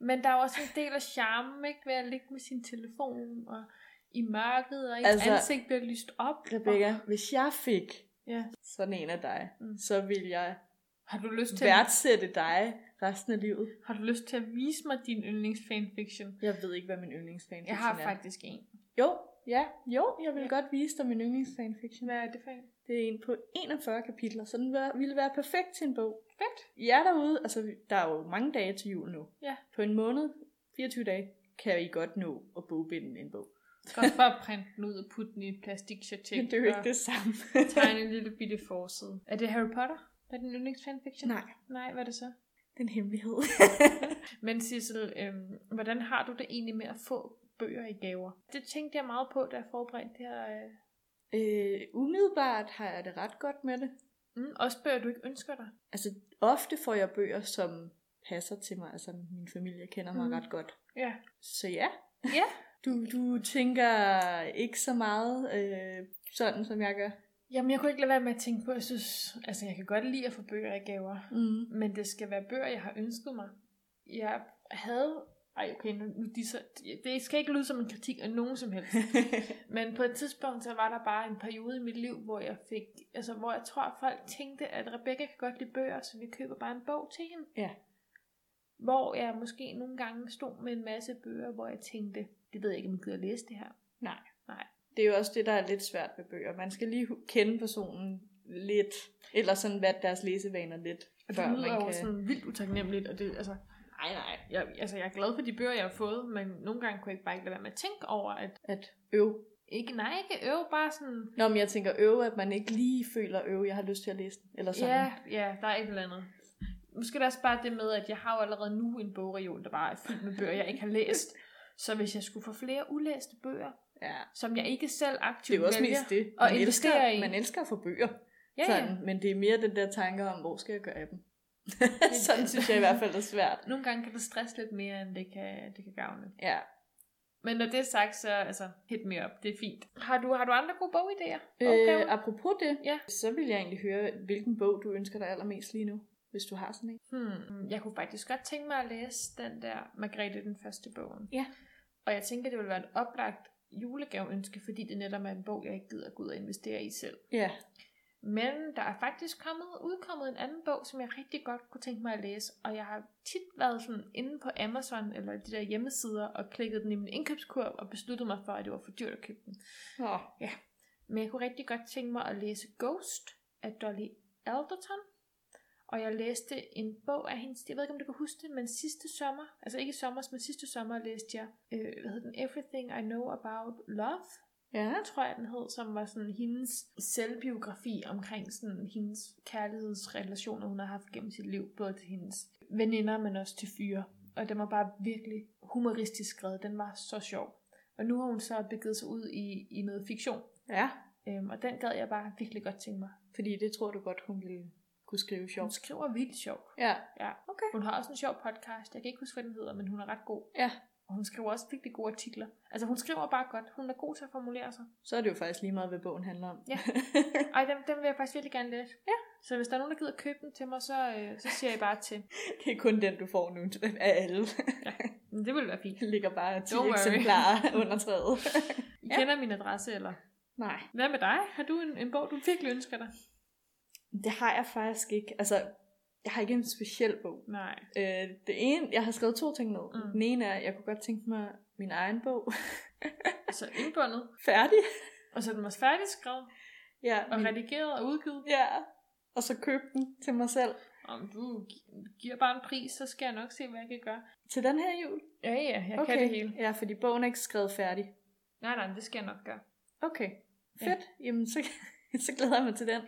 C: Men der er jo også en del af charmen, ikke? Ved at ligge med sin telefon og i mørket, og ens altså,
B: Altså,
C: ansigt bliver lyst op.
B: Rebecca,
C: Og,
B: hvis jeg fik
C: ja.
B: sådan en af dig,
C: Mm.
B: mm. så vil jeg
C: Har du lyst til at,
B: værdsætte dig resten af livet.
C: har du lyst til at vise mig din yndlingsfanfiction?
B: Jeg ved ikke, hvad min yndlingsfanfiction
C: Jeg har
B: er.
C: faktisk en.
B: Jo, Ja, jo, jeg vil ja. godt vise dig min yndlingsfanfiction.
C: Hvad er det for en?
B: Det er en på 41 kapitler, så den vær- ville være perfekt til en bog.
C: Fedt.
B: jer derude, altså der er jo mange dage til jul nu.
C: Ja.
B: På en måned, 24 dage, kan I godt nå at bogbinde en bog.
C: Godt bare printe den ud og putte den i en plastikchatek.
B: Men det er jo ikke
C: og
B: det samme.
C: tegne en lille bitte forside. Er det Harry Potter? Er det din yndlingsfanfiction?
B: Nej,
C: Nej, hvad er det så?
B: det er en hemmelighed.
C: Men Sissel, øhm, hvordan har du det egentlig med at få bøger i gaver? Det tænkte jeg meget på, da jeg forberedte det her. Øh.
B: øh, umiddelbart har jeg det ret godt med det.
C: Mm, også bøger, du ikke ønsker dig.
B: Altså ofte får jeg bøger, som passer til mig. Altså min familie kender mig
C: Mm.
B: mm. ret godt.
C: Ja.
B: Så ja.
C: Ja.
B: Du, du tænker ikke så meget øh, sådan, som jeg gør.
C: Jamen, jeg kunne ikke lade være med at tænke på, jeg synes, altså jeg kan godt lide at få bøger i gaver,
B: Mm.
C: men det skal være bøger, jeg har ønsket mig. Jeg havde, ej okay, nu, nu de så, det skal ikke lyde som en kritik af nogen som helst, Men på et tidspunkt, så var der bare en periode i mit liv, hvor jeg fik, altså hvor jeg tror, at folk tænkte, at Rebecca kan godt lide bøger, så vi køber bare en bog til hende.
B: Ja.
C: Hvor jeg måske nogle gange stod med en masse bøger, hvor jeg tænkte, det ved jeg ikke, om jeg gider læse det her.
B: det er jo også det, der er lidt svært ved bøger. Man skal lige hu- kende personen lidt, eller sådan hvad deres læsevaner lidt,
C: Og
B: før
C: det lyder
B: man
C: jo
B: kan...
C: sådan vildt utaknemmeligt, og det, altså, nej, nej, jeg, altså, jeg er glad for de bøger, jeg har fået, men nogle gange kunne jeg bare ikke lade være med at tænke over, at
B: at øve.
C: ikke, nej, ikke øve, bare sådan,
B: Nå, men jeg tænker øve, at man ikke lige føler øve, jeg har lyst til at læse den, eller sådan.
C: Ja, ja, der er et eller andet. Måske er det også bare det med, at jeg har jo allerede nu en bogreol, der bare er fyldt med bøger, jeg ikke har læst. Så hvis jeg skulle få flere ulæste bøger,
B: ja.
C: som jeg ikke selv
B: Det er
C: aktivt
B: jo også
C: vælger,
B: mest det.
C: og
B: Man elsker,
C: investere i.
B: man elsker at få bøger,
C: ja, ja.
B: sådan, men det er mere den der tanke om, hvor skal jeg gøre af dem? sådan synes jeg i hvert fald er svært.
C: Nogle gange kan det stresse lidt mere, end det kan, det kan gavne.
B: Ja.
C: Men når det er sagt, så altså, hit me up, det er fint. Har du, har du andre gode bogidéer?
B: Øh,
C: Opgaver?
B: apropos det,
C: Ja.
B: så vil jeg egentlig høre, hvilken bog du ønsker dig allermest lige nu, hvis du har sådan en.
C: Hmm, jeg kunne faktisk godt tænke mig at læse den der Margrethe den første bogen.
B: Ja.
C: Og jeg tænker, det ville være et oplagt julegaveønske, fordi det netop er en bog, jeg ikke gider gå ud og investere i selv.
B: Ja.
C: Men der er faktisk kommet, udkommet en anden bog, som jeg rigtig godt kunne tænke mig at læse, og jeg har tit været sådan inde på Amazon eller de der hjemmesider og klikket den i min indkøbskurv og besluttet mig for, at det var for dyrt at købe den.
B: Oh.
C: Men jeg kunne rigtig godt tænke mig at læse Ghost af Dolly Alderton. Og jeg læste en bog af hendes, jeg ved ikke om du kan huske det, men sidste sommer, altså ikke i sommer, men sidste sommer læste jeg, øh, hvad hed den, Everything I Know About Love,
B: Ja.
C: tror jeg den hed, som var sådan hendes selvbiografi omkring sådan hendes kærlighedsrelationer, hun har haft gennem sit liv, både til hendes veninder, men også til fyre. Og den var bare virkelig humoristisk skrevet, den var så sjov. Og nu har hun så begivet sig ud i, i noget fiktion,
B: Ja.
C: Øhm, og den gad jeg bare virkelig godt tænke mig.
B: Fordi det tror du godt, hun ville kunne skrive
C: Hun
B: sjovt.
C: skriver vildt sjovt.
B: Ja.
C: Ja.
B: Okay.
C: Hun har også en sjov podcast. Jeg kan ikke huske, hvad den hedder, men hun er ret god.
B: Ja.
C: Og hun skriver også virkelig gode artikler. Altså, hun skriver bare godt. Hun er god til at formulere sig.
B: Så er det jo faktisk lige meget, hvad bogen handler om.
C: Ja. Ej, den, den vil jeg faktisk virkelig gerne læse. Ja. Så hvis der er nogen, der gider købe den til mig, så, øh, så siger jeg bare til.
B: det er kun den, du får nu af alle.
C: Men det ville være fint.
B: Der ligger bare 10
C: Don't worry.
B: eksemplarer under træet.
C: I
B: Ja.
C: kender min adresse, eller?
B: Nej,
C: Hvad med dig? Har du en, en bog, du virkelig ønsker dig?
B: det har jeg faktisk ikke. Altså, jeg har ikke en speciel bog.
C: Nej.
B: Øh, det ene, jeg har skrevet to ting ned.
C: Mm.
B: Mm. Den ene er, at jeg kunne godt tænke mig min egen bog.
C: Altså indbundet.
B: Færdig.
C: Og så er den også færdigskrevet,
B: Ja,
C: og
B: min-
C: redigeret og udgivet.
B: ja. Og så købe den til mig selv.
C: Om du gi- giver bare en pris, så skal jeg nok se, hvad jeg kan gøre.
B: Til den her jul.
C: Ja, ja, jeg okay. kan det hele.
B: Ja, fordi bogen er ikke skrevet færdig.
C: Nej, nej, men det skal jeg nok gøre.
B: Okay,
C: Ja.
B: fedt. Ja. Jamen, så, så glæder jeg mig til den.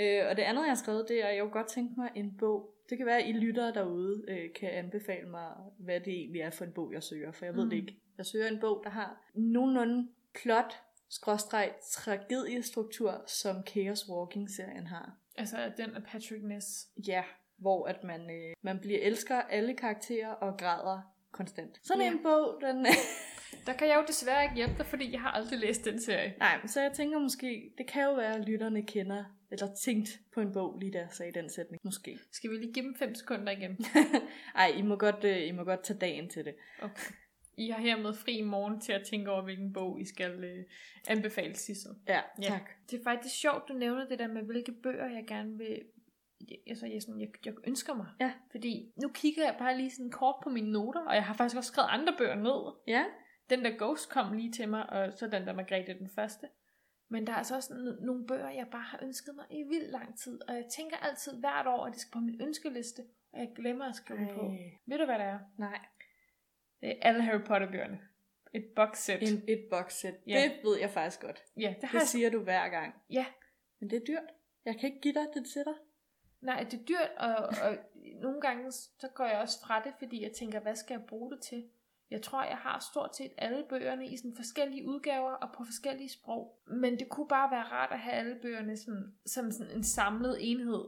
B: Øh, og det andet, jeg har skrevet, det er, at jeg kunne godt tænke mig en bog. Det kan være, at I lyttere derude øh, kan anbefale mig, hvad det egentlig er for en bog, jeg søger. For jeg ved
C: Mm.
B: det ikke. Jeg søger en bog, der har nogenlunde plot, skråstreg, tragediestruktur, som Chaos Walking-serien har.
C: Altså, at den er Patrick Ness.
B: Ja, hvor at man, øh, man bliver elsker alle karakterer og græder konstant. Sådan
C: Ja.
B: en bog, den...
C: Der kan jeg jo desværre ikke hjælpe dig, fordi jeg har aldrig læst den serie.
B: Nej, men så jeg tænker måske, det kan jo være, at lytterne kender eller tænkt på en bog lige da jeg sagde den sætning. Måske.
C: Skal vi lige give dem 5 sekunder igen?
B: Ej, I må godt, øh, I må godt tage dagen til det.
C: Okay. I har hermed fri i morgen til at tænke over, hvilken bog I skal øh, anbefale Sissel.
B: Ja,
C: Ja.
B: tak.
C: Det er faktisk sjovt, du nævner det der med, hvilke bøger jeg gerne vil... jeg- Altså, jeg, sådan, jeg, jeg ønsker mig.
B: Ja.
C: Fordi nu kigger jeg bare lige sådan kort på mine noter, og jeg har faktisk også skrevet andre bøger ned.
B: Ja,
C: Den der Ghost kom lige til mig, og så den der Margrethe den første. Men der er altså også n- nogle bøger, jeg bare har ønsket mig i vild lang tid. Og jeg tænker altid hvert år, at det skal på min ønskeliste. Og jeg glemmer at skrive dem på.
B: Ej.
C: Ved du, hvad det er?
B: Nej.
C: Det er alle Harry Potter-bøgerne. Et box set.
B: En, et boxset.
C: Ja.
B: Ja. Det ved jeg faktisk godt.
C: Ja, det har
B: Det
C: jeg
B: siger du hver gang.
C: Ja.
B: Men det er dyrt. Jeg kan ikke give dig det til dig.
C: Nej, det er dyrt, og, og nogle gange så går jeg også fra det, fordi jeg tænker, hvad skal jeg bruge det til? Jeg tror, jeg har stort set alle bøgerne i sådan forskellige udgaver og på forskellige sprog. Men det kunne bare være rart at have alle bøgerne sådan, som sådan en samlet enhed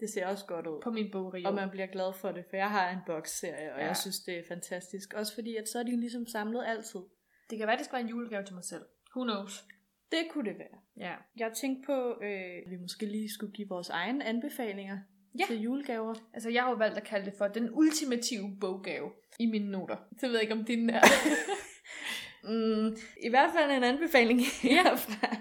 B: Det ser også godt ud.
C: på min bogreol.
B: Og man bliver glad for det, for jeg har en boxserie, og
C: Ja.
B: ja. jeg synes, det er fantastisk. Også fordi, at så er de jo ligesom samlet altid.
C: Det kan være, det skal være en julegave til mig selv. Who knows?
B: Det kunne det være.
C: Ja.
B: Jeg tænkte på, øh, at vi måske lige skulle give vores egne anbefalinger
C: Ja.
B: ja. til julegaver.
C: Altså, jeg har jo valgt at kalde det for den ultimative boggave i mine noter. Så ved jeg ikke, om din er.
B: Mm, I hvert fald en anbefaling herfra.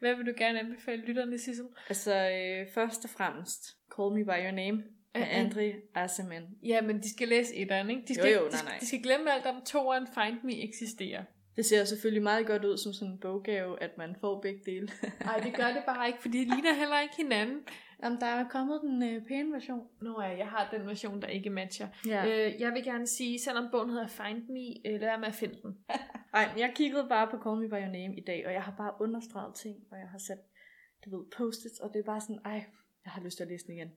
C: Hvad vil du gerne anbefale lytterne, Sissel?
B: altså, øh, først og fremmest, Call Me By Your Name af
C: Ja, ja.
B: Andre Aseman.
C: Ja, men de skal læse etteren, ikke? De
B: Jo,
C: skal,
B: jo,
C: de,
B: nej,
C: skal-
B: nej.
C: de skal glemme alt om toeren Find Me eksisterer.
B: Det ser selvfølgelig meget godt ud som sådan en boggave, at man får begge dele.
C: Nej, det gør det bare ikke, fordi de ligner heller ikke hinanden.
B: Jamen, der er kommet den øh, pæne version.
C: Nå ja, jeg har den version, der ikke matcher.
B: Ja. Øh,
C: Øh, jeg vil gerne sige, selvom bogen hedder Find Me, øh, lad være med at finde den.
B: ej, men jeg kiggede bare på Call Me By Your Name i dag, og jeg har bare understreget ting, og jeg har sat, du ved, post og det er bare sådan, ej, jeg har lyst til at læse den igen.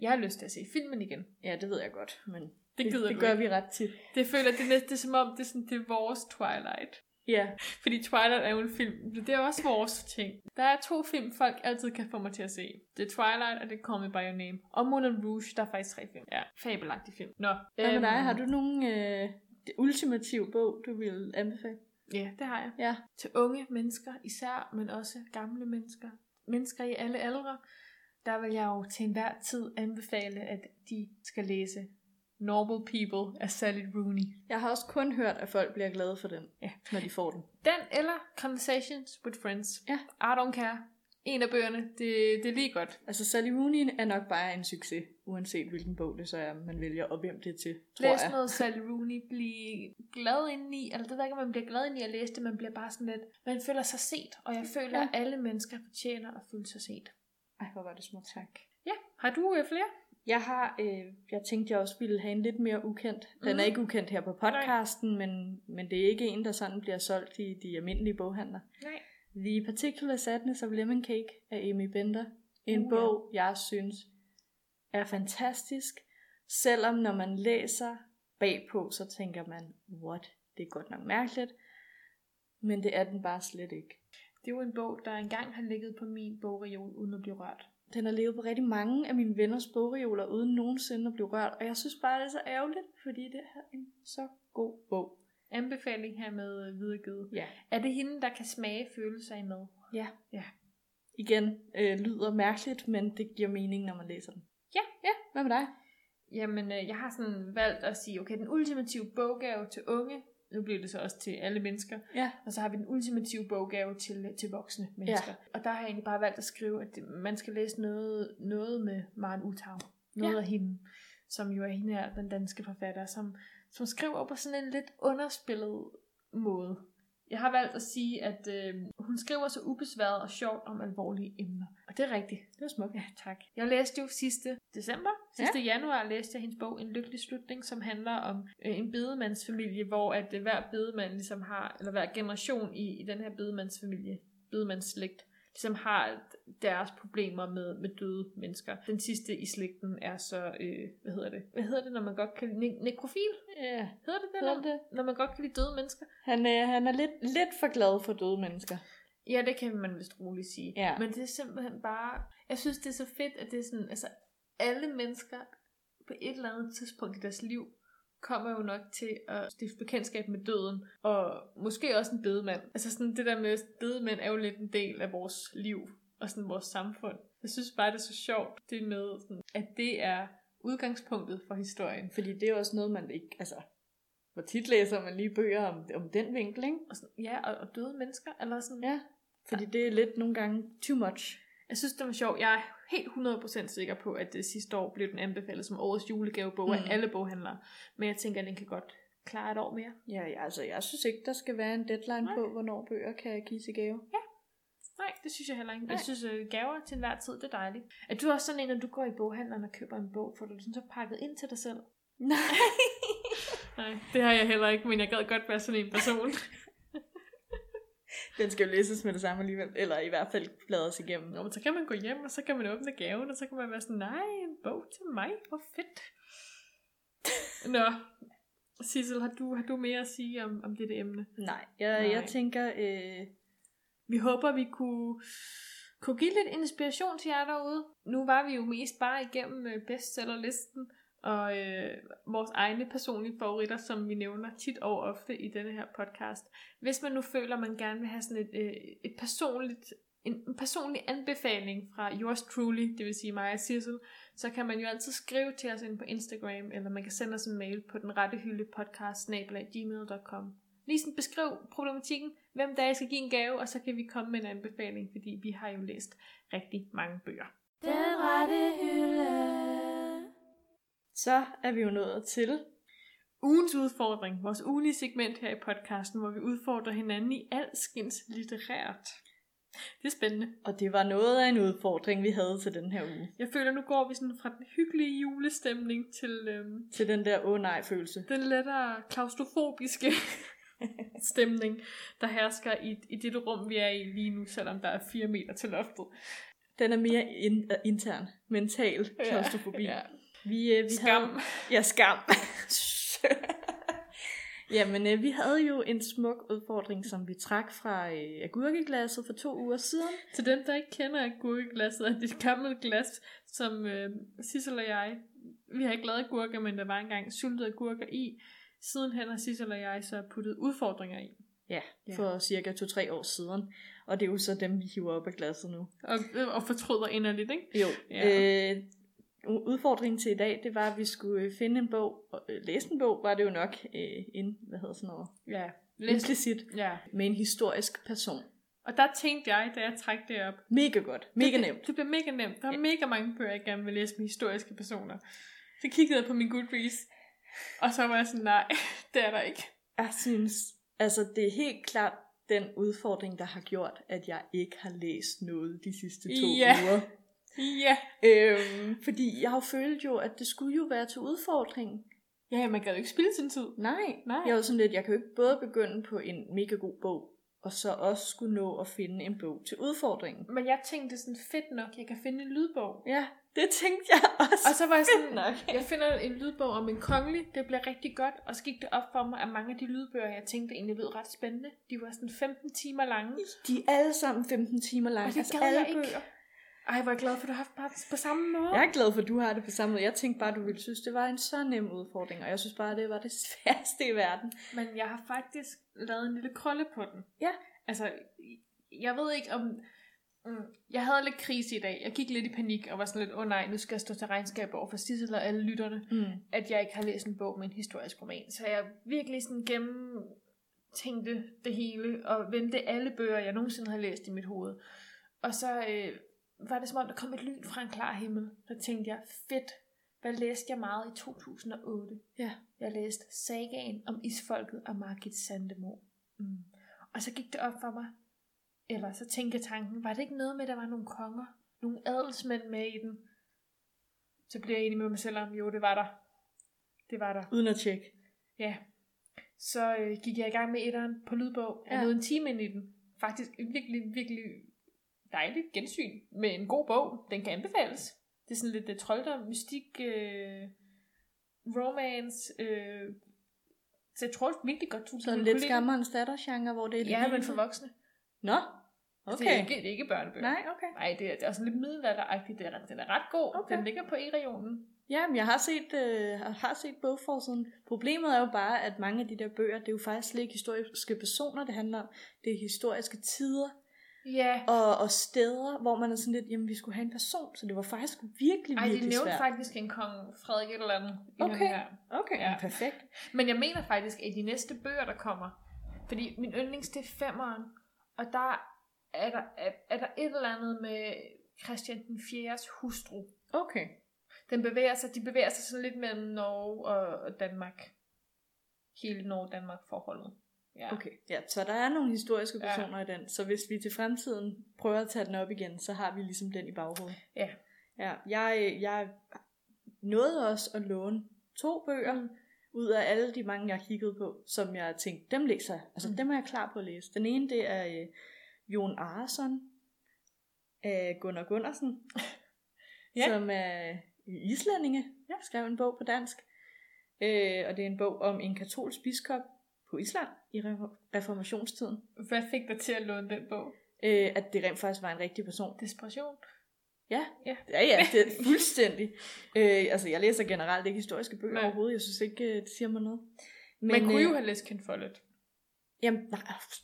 C: Jeg har lyst til at se filmen igen.
B: Ja, det ved jeg godt, men
C: Det gider
B: det,
C: du
B: det gør
C: ikke.
B: vi ret tit.
C: Det føler det er næsten det er som om, det er, sådan, det er vores Twilight.
B: Ja,
C: Fordi Twilight er jo en film, men det er også vores ting. Der er to film, folk altid kan få mig til at se. Det er Twilight, og det er Call Me By Your Name. Og Moulin Rouge, der er faktisk tre film. Ja, fabelagtig film. Nå.
B: hvad med
C: øhm,
B: dig? Har du nogen øh, det ultimative bog, du vil anbefale?
C: Ja, det har jeg.
B: Ja.
C: Til unge mennesker især, men også gamle mennesker. Mennesker i alle aldre. Der vil jeg jo til enhver tid anbefale, at de skal læse Normal People af Sally Rooney.
B: Jeg har også kun hørt, at folk bliver glade for den,
C: Ja.
B: når de får den.
C: Den eller Conversations with Friends.
B: Ja.
C: I don't care. En af bøgerne. Det, det er lige godt.
B: Altså, Sally Rooney er nok bare en succes, uanset hvilken bog det så er, man vælger, og hvem det er til, tror
C: Læs
B: jeg.
C: noget Sally Rooney, blive glad indeni, eller det ved jeg ikke, om man bliver glad indeni at læse det, man bliver bare sådan lidt, man føler sig set, og jeg føler,
B: Ja.
C: at alle mennesker fortjener at føle sig set.
B: Ej, hvor var det smukt. Tak.
C: Ja, har du øh, flere?
B: Jeg har, øh, jeg tænkte, jeg også ville have en lidt mere ukendt. Den
C: Mhm.
B: er ikke ukendt her på podcasten, men, men det er ikke en, der sådan bliver solgt i de almindelige boghandler.
C: Nej.
B: The Particular Sadness of Lemon Cake af Amy Bender. En
C: Uh,
B: uh, bog, jeg synes er fantastisk, selvom når man læser bagpå, så tænker man, what, det er godt nok mærkeligt, men det er den bare slet ikke.
C: Det er jo en bog, der engang har ligget på min bogreol, uden at blive rørt.
B: Den har levet på rigtig mange af mine venners bogreoler, uden nogensinde at blive rørt, og jeg synes bare, det er så ærgerligt, fordi det er en så god bog.
C: Anbefaling her med videregivet.
B: Ja.
C: Er det hende, der kan smage følelser i mad?
B: Ja.
C: Ja.
B: Igen, øh, lyder mærkeligt, men det giver mening, når man læser den.
C: Ja, ja.
B: Hvad med dig?
C: Jamen, øh, jeg har sådan valgt at sige, okay, den ultimative boggave til unge, nu bliver det så også til alle mennesker,
B: Ja.
C: og så har vi den ultimative boggave til, øh, til voksne mennesker. Og der har jeg egentlig bare valgt at skrive, at det- man skal læse noget, noget med Maren Uthav. Noget ja.
B: Ja.
C: af hende, som jo er hende her, den danske forfatter, som, som skriver på sådan en lidt underspillet måde. Jeg har valgt at sige, at øh, hun skriver så ubesværet og sjovt om alvorlige emner. Og det er rigtigt.
B: Det var smukt.
C: Ja, tak. Jeg læste jo sidste december, sidste ja. januar læste jeg hendes bog En Lykkelig Slutning, som handler om øh, en bedemandsfamilie, hvor at øh, hver bedemand ligesom har, eller hver generation i, i den her bedemandsfamilie, bedemandsslægt, ligesom har deres problemer med, med døde mennesker. Den sidste i slægten er så, øh, hvad hedder det? Hvad hedder det, når man godt kan lide, ne- nekrofil?
B: Ja.
C: Hedder det det,
B: Hedder
C: når,
B: det?
C: når man godt kan lide døde mennesker?
B: Han, øh, han er lidt, lidt for glad for døde mennesker.
C: Ja, det kan man vist roligt sige.
B: Ja.
C: Men det er simpelthen bare... Jeg synes, det er så fedt, at det er sådan... Altså, alle mennesker på et eller andet tidspunkt i deres liv kommer jo nok til at stifte bekendtskab med døden, og måske også en bedemand. Altså sådan det der med, at bedemænd er jo lidt en del af vores liv, og sådan vores samfund. Jeg synes bare, det er så sjovt, det med, sådan, at det er udgangspunktet for historien.
B: Fordi det er jo også noget, man ikke... Altså, hvor tit læser man lige bøger om, om den vinkel, ikke?
C: Og sådan, ja, og, og døde mennesker, eller sådan...
B: Ja. Fordi det er lidt nogle gange too much.
C: Jeg synes, det var sjovt. Jeg er helt 100% sikker på, øh, at det sidste år blev den anbefalet som årets julegavebog mm. af
B: Mm.
C: alle boghandlere. Men jeg tænker, at den kan godt klare et år mere.
B: Ja, ja, altså jeg synes ikke, der skal være en deadline
C: Nej.
B: Nej. på, hvornår bøger kan gives i gave.
C: Nej, det synes jeg heller ikke.
B: Nej.
C: Nej. Jeg synes, øh, gaver til enhver tid, det er dejligt. Er du også sådan en, når du går i boghandleren og køber en bog, får du den så pakket ind til dig selv?
B: Nej.
C: Nej, det har jeg heller ikke, men jeg gad godt være sådan en person.
B: Den skal jo læses med det samme alligevel, eller i hvert fald bladres igennem.
C: Nå, men så kan man gå hjem, og så kan man åbne gaven, og så kan man være sådan, nej, en bog til mig, hvor fedt. Nå, Sissel, har du, har du mere at sige om, om dette emne?
B: Nej, jeg,
C: Nej.
B: Nej. jeg tænker, øh,
C: Vi håber, vi kunne, kunne give lidt inspiration til jer derude. Nu var vi jo mest bare igennem øh, bestsellerlisten og øh, vores egne personlige favoritter, som vi nævner tit og ofte i denne her podcast. Hvis man nu føler, man gerne vil have sådan et, øh, et personligt, en, en personlig anbefaling fra yours truly, det vil sige mig og Sissel, så kan man jo altid skrive til os ind på Instagram, eller man kan sende os en mail på den rette hylde podcast Lige sådan beskriv problematikken, hvem der er, jeg skal give en gave, og så kan vi komme med en anbefaling, fordi vi har jo læst rigtig mange bøger.
A: Den rette hylde.
B: så er vi jo nået til
C: Ugens udfordring, vores ugenlige segment her i podcasten, hvor vi udfordrer hinanden i alskens litterært. Det er spændende.
B: Og det var noget af en udfordring, vi havde til den her uge.
C: Jeg føler, nu går vi sådan fra den hyggelige julestemning til øhm,
B: Til den der åh nej følelse.
C: den lettere klaustrofobiske stemning, der hersker i, i dette rum, vi er i lige nu, selvom der er fire meter til loftet.
B: Den er mere in- øh, intern, mental klaustrofobi.
C: Ja.
B: Vi, øh, vi
C: Skam.
B: Havde, ja, skam. Jamen, øh, vi havde jo en smuk udfordring, som vi trak fra øh, agurkeglasset for to uger siden.
C: Til dem, der ikke kender agurkeglasset, er det et gammelt glas, som øh, Sissel og jeg, vi har ikke lavet agurker, men der var engang syltede agurker i. Sidenhen har Sissel og jeg så puttet udfordringer i.
B: Ja,
C: Ja.
B: for cirka to-tre år siden. Og det er jo så dem, vi hiver op af glasset nu.
C: Og, øh, og fortryder inderligt, ikke?
B: Jo.
C: Ja.
B: Ja. Øh, u- udfordringen til i dag, det var, at vi skulle øh, finde en bog, og, øh, læse en bog, var det jo nok, øh, ind, hvad hedder sådan noget,
C: Ja. Læs.
B: implicit,
C: Ja.
B: med en historisk person.
C: Og der tænkte jeg, da jeg trak det op,
B: Mega godt, mega
C: det,
B: nemt.
C: Det bliver mega nemt. Der er mega mange bøger, jeg gerne vil læse med historiske personer. Så kiggede jeg på min Goodreads, og så var jeg sådan, nej, det er der ikke.
B: Jeg synes, altså det er helt klart den udfordring, der har gjort, at jeg ikke har læst noget de sidste to
C: Ja.
B: uger.
C: Ja.
B: Øhm, fordi jeg har jo følt jo, at det skulle jo være til udfordringen.
C: Ja, man kan jo ikke spille sin tid.
B: Nej,
C: Nej.
B: Jeg var sådan lidt, jeg kan jo ikke både begynde på en mega god bog, og så også skulle nå at finde en bog til udfordringen.
C: Men jeg tænkte sådan, fedt nok, jeg kan finde en lydbog.
B: Ja, det tænkte jeg også.
C: Og så var jeg sådan,
B: nok.
C: jeg finder en lydbog om en kongelig, det bliver rigtig godt. Og så gik det op for mig, at mange af de lydbøger, jeg tænkte egentlig lød ret spændende, de var sådan 15 timer lange.
B: De er alle sammen 15 timer
C: Og
B: lange. Altså,
C: det gad
B: alle
C: jeg ikke. Ej, hvor er jeg glad for, at du har haft bare på samme måde.
B: Jeg er glad for, at du har det på samme måde. Jeg tænkte bare, at du ville synes, det var en så nem udfordring, og jeg synes bare, at det var det sværeste i verden.
C: Men jeg har faktisk lavet en lille krølle på den.
B: Ja.
C: Altså, jeg ved ikke om... Mm, jeg havde lidt krise i dag. Jeg gik lidt i panik og var sådan lidt, åh oh, nej, nu skal jeg stå til regnskab over for Sissel og alle lytterne,
B: Mm.
C: at jeg ikke har læst en bog med en historisk roman. Så jeg virkelig sådan gennem tænkte det hele og vendte alle bøger, jeg nogensinde har læst i mit hoved. Og så øh, var det som om, der kom et lyn fra en klar himmel. Så tænkte jeg, fedt, hvad læste jeg meget i 2008?
B: Ja.
C: Jeg læste Sagaen om Isfolket og Margit Sandemo. Mm. Og så gik det op for mig, eller så tænkte jeg tanken, var det ikke noget med, at der var nogle konger, nogle adelsmænd med i den? Så blev jeg enig med mig selv om, jo, det var der. Det var der.
B: Uden at tjekke.
C: Ja. Så øh, gik jeg i gang med etteren på lydbog. Jeg
B: Ja.
C: nåede en time ind i den. Faktisk en virkelig, virkelig dejligt gensyn med en god bog. Den kan anbefales. Det er sådan lidt uh, trolddom, mystik, øh, romance. Øh, så jeg tror virkelig godt, du
B: Sådan
C: kan
B: lidt
C: lide den.
B: skammerens datter-genre, hvor det er
C: Ja,
B: lidt-
C: men for Altså, voksne.
B: Nå,
C: Okay. Det er
B: okay.
C: ikke, det er ikke børnebøger.
B: Nej, okay.
C: Nej, det er, det er også lidt middelalderagtigt. Det er, ret- den er ret god. Okay.
B: Okay.
C: Den ligger på e-regionen.
B: Jamen, jeg har set, øh, har set bogforsiden. Problemet er jo bare, at mange af de der bøger, det er jo faktisk slet ikke historiske personer, det handler om. Det er historiske tider
C: Ja,
B: og, og steder, hvor man er sådan lidt, jamen, vi skulle have en person, så det var faktisk virkelig,
C: ej, de
B: virkelig
C: nævnte
B: svært.
C: faktisk en kong Frederik et eller andet. i den
B: Okay.
C: her.
B: Okay,
C: Ja.
B: ja. perfekt.
C: Men jeg mener faktisk, at de næste bøger, der kommer, fordi min yndlings, det er femmeren, og der er der, er, er der et eller andet med Christian den 4. hustru.
B: Okay.
C: Den bevæger sig, de bevæger sig sådan lidt mellem Norge og, og Danmark. hele Nord-Danmark-forholdet. Ja.
B: Okay, ja, så der er nogle historiske
C: Ja.
B: personer ja. i den, så hvis vi til fremtiden prøver at tage den op igen, så har vi ligesom den i baghovedet.
C: Ja.
B: Ja, jeg, jeg nåede også at låne to bøger mm. ud af alle de mange, jeg kiggede på, som jeg tænkte, dem læser jeg. Altså,
C: Mm.
B: mm. dem er jeg klar på at læse. Den ene, det er øh, Jon Arason af Gunnar Gunnarsen,
C: Ja.
B: ja. som er øh, islændinge, ja. skrev en bog på dansk. Øh, og det er en bog om en katolsk biskop på Island i re- reformationstiden.
C: Hvad fik dig til at låne den bog?
B: Øh, at det rent faktisk var en rigtig person.
C: Desperation?
B: Ja, ja, det er fuldstændig. øh, altså, jeg læser generelt ikke historiske bøger
C: Nej.
B: Nej. overhovedet. Jeg synes ikke, øh, det siger mig noget.
C: Men, Man kunne
B: øh,
C: jo have læst Ken Follett.
B: Jamen, nej,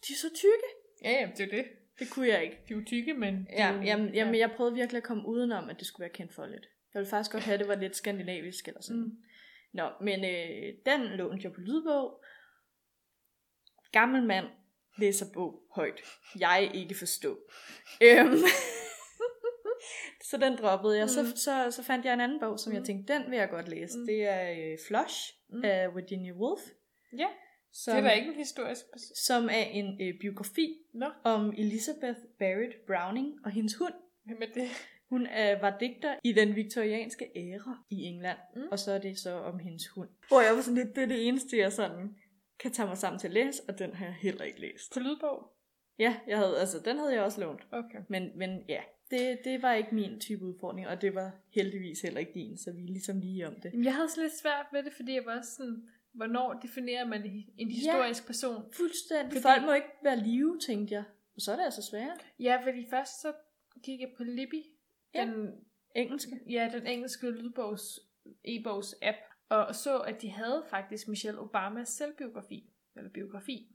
B: de er så tykke.
C: Ja, jamen, det er jo det.
B: Det kunne jeg ikke.
C: De er jo tykke, men... de
B: Ja,
C: er jo-
B: jamen, jamen, jeg prøvede virkelig at komme udenom, at det skulle være kendt for lidt. Jeg ville faktisk godt have, at det var lidt skandinavisk eller sådan.
C: Mm.
B: Mm. Nå, men øh, den lånte jeg på lydbog. Gammel mand læser bog højt. Jeg ikke forstå. Øhm. så den droppede jeg. Mm.
C: Mm.
B: Så, så, så fandt jeg en anden bog, som mm.
C: Mm.
B: jeg tænkte, den vil jeg godt læse.
C: Mm.
B: Mm. Det er øh, Flush
C: Mm.
B: mm. af Virginia Woolf.
C: Ja,
B: som,
C: det er da ikke en historisk... pers-
B: Som er en øh, biografi
C: Nå,
B: om Elizabeth Barrett Browning og hendes hund.
C: hvem er det?
B: Hun øh, var digter i den viktorianske æra i England,
C: Mm.
B: mm. og så er det så om hendes hund. Hvor jeg var sådan lidt, det er det eneste, jeg sådan kan tage mig sammen til at læse, og den har jeg heller ikke læst.
C: På lydbog?
B: Ja, jeg havde, altså, den havde jeg også lånt.
C: Okay.
B: Men, men ja, det, det var ikke min type udfordring, og det var heldigvis heller ikke din, så vi er ligesom lige om det.
C: Jamen, Jeg havde også lidt svært ved det, fordi jeg var også sådan, hvornår definerer man en historisk ja. person?
B: Fuldstændig.
C: Fordi-
B: Fordi... Folk må ikke være live, tænkte jeg. Og så er det altså sværere.
C: Ja, fordi først så gik jeg på Libby, ja.
B: Ja.
C: den,
B: Engelske.
C: ja, den engelske lydbogs, e-bogs app, og så, at de havde faktisk Michelle Obamas selvbiografi, eller biografi,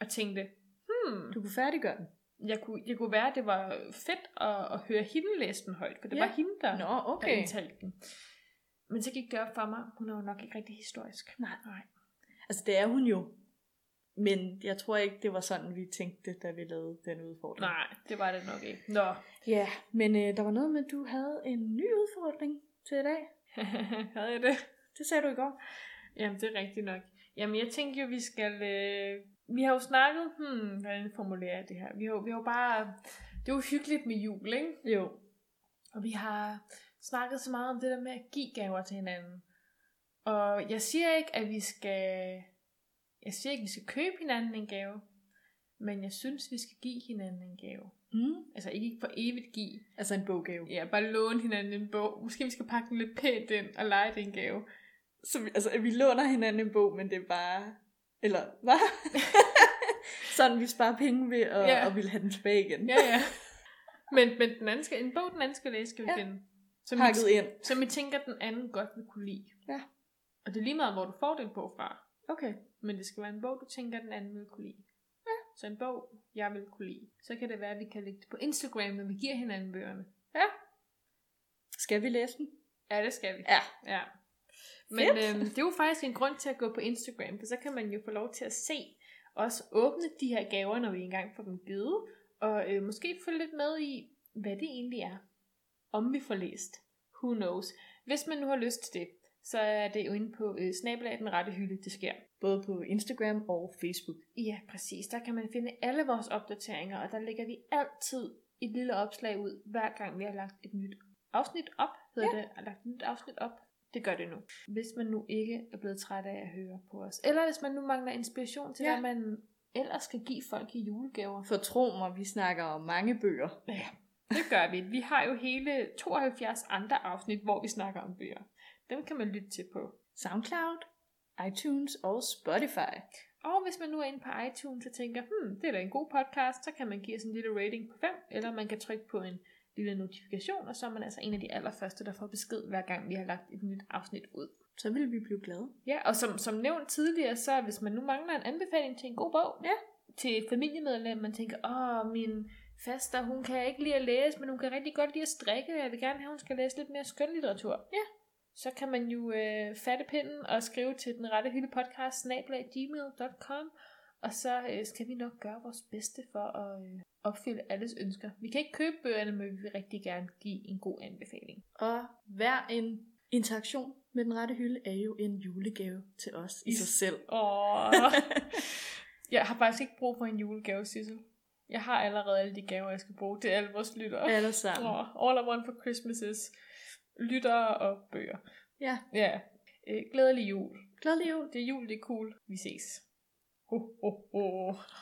C: og tænkte, hmm,
B: Du kunne færdiggøre den.
C: jeg kunne, det kunne være, at det var fedt at, at høre hende læse den højt, for det ja.
B: Ja.
C: var hende, der,
B: Nå,
C: okay. der indtalte den. Men så gik det op for mig, hun er jo nok ikke rigtig historisk.
B: Nej.
C: Nej.
B: Altså, det er hun jo. Men jeg tror ikke, det var sådan, vi tænkte, da vi lavede den udfordring.
C: Nej, det var det nok ikke. Nå,
B: Ja, men øh, der var noget med, at du havde en ny udfordring til i dag.
C: havde jeg det?
B: Det sagde du i går.
C: Jamen, det er rigtigt nok. Jamen, jeg tænker jo, vi skal... Øh, vi har jo snakket... Hmm, hvordan formulerer jeg det her? Vi har, jo- vi har jo bare... Det er jo hyggeligt med jul, ikke?
B: Jo.
C: Og vi har snakket så meget om det der med at give gaver til hinanden. Og jeg siger ikke, at vi skal... Jeg siger ikke, at vi skal købe hinanden en gave. Men jeg synes, vi skal give hinanden en gave.
B: Mm.
C: Altså ikke for evigt give.
B: Altså en boggave.
C: Ja, bare låne hinanden en bog. Måske vi skal pakke den lidt pænt ind og lege det er en gave.
B: Så vi, altså, vi låner hinanden en bog, men det er bare... Eller hvad? sådan, vi sparer penge ved at,
C: Ja.
B: ja. og vil have den tilbage igen.
C: Ja, ja. Men, men den anden skal, en bog, den anden skal læse, skal vi ja.
B: Ja.
C: finde. Som
B: Pakket
C: vi,
B: ind.
C: som vi tænker, den anden godt vil kunne lide.
B: Ja.
C: Og det er lige meget, hvor du får den bog fra.
B: Okay.
C: Men det skal være en bog, du tænker, den anden vil kunne lide. Ja. Så en bog, jeg vil kunne lide. Så kan det være, at vi kan lægge det på Instagram, når vi giver hinanden bøgerne.
B: Skal vi læse den?
C: Ja, det skal vi.
B: Ja.
C: ja. Men
B: Fedt.
C: øhm, det er jo faktisk en grund til at gå på Instagram, for så kan man jo få lov til at se os åbne de her gaver, når vi engang får dem givet, og øh, måske følge lidt med i, hvad det egentlig er. Om vi får læst. Who knows. Hvis man nu har lyst til det, så er det jo inde på øh, snabelag den rette hylde, det sker.
B: Både på Instagram og Facebook.
C: Ja, præcis. Der kan man finde alle vores opdateringer, og der lægger vi altid et lille opslag ud, hver gang vi har lagt et nyt afsnit op, hedder ja. det, og lagt et nyt afsnit op. Det gør det nu. Hvis man nu ikke er blevet træt af at høre på os, eller hvis man nu mangler inspiration til, ja.
B: Ja.
C: hvad man ellers skal give folk i julegaver.
B: For tro mig, vi snakker om mange bøger.
C: Ja, det gør vi. Vi har jo hele 72 andre afsnit, hvor vi snakker om bøger. Dem kan man lytte til på.
B: Soundcloud, iTunes og Spotify.
C: Og hvis man nu er inde på iTunes og tænker, hmm, det er da en god podcast, så kan man give os en lille rating på 5, eller man kan trykke på en lille notifikation, og så er man altså en af de allerførste, der får besked, hver gang vi har lagt et nyt afsnit ud.
B: Så vil vi blive glade.
C: Ja, og som, som nævnt tidligere, så hvis man nu mangler en anbefaling til en god bog, ja. til et familiemedlem, man tænker, åh, min faster, hun kan ikke lide at læse, men hun kan rigtig godt lide at strikke, og jeg vil gerne have, at hun skal læse lidt mere skønlitteratur. Ja. Så kan man jo øh, fatte pinden og skrive til den rette hylde podcast, gmail.com, og så øh, skal vi nok gøre vores bedste for at øh, opfylde alles ønsker. Vi kan ikke købe bøgerne, men vi vil rigtig gerne give en god anbefaling.
B: Og hver en Interaktion med den rette hylde er jo en julegave til os i
C: I
B: sig selv.
C: Åh. jeg har faktisk ikke brug for en julegave, Sissel. Jeg har allerede alle de gaver, jeg skal bruge. Det er alle vores lyttere.
B: Alle sammen.
C: Åh, all I want for Christmas is lyttere og bøger.
B: Ja,
C: Ja. Øh, glædelig jul.
B: glædelig jul.
C: Det er jul, det er cool. Vi ses. Ho, ho, ho.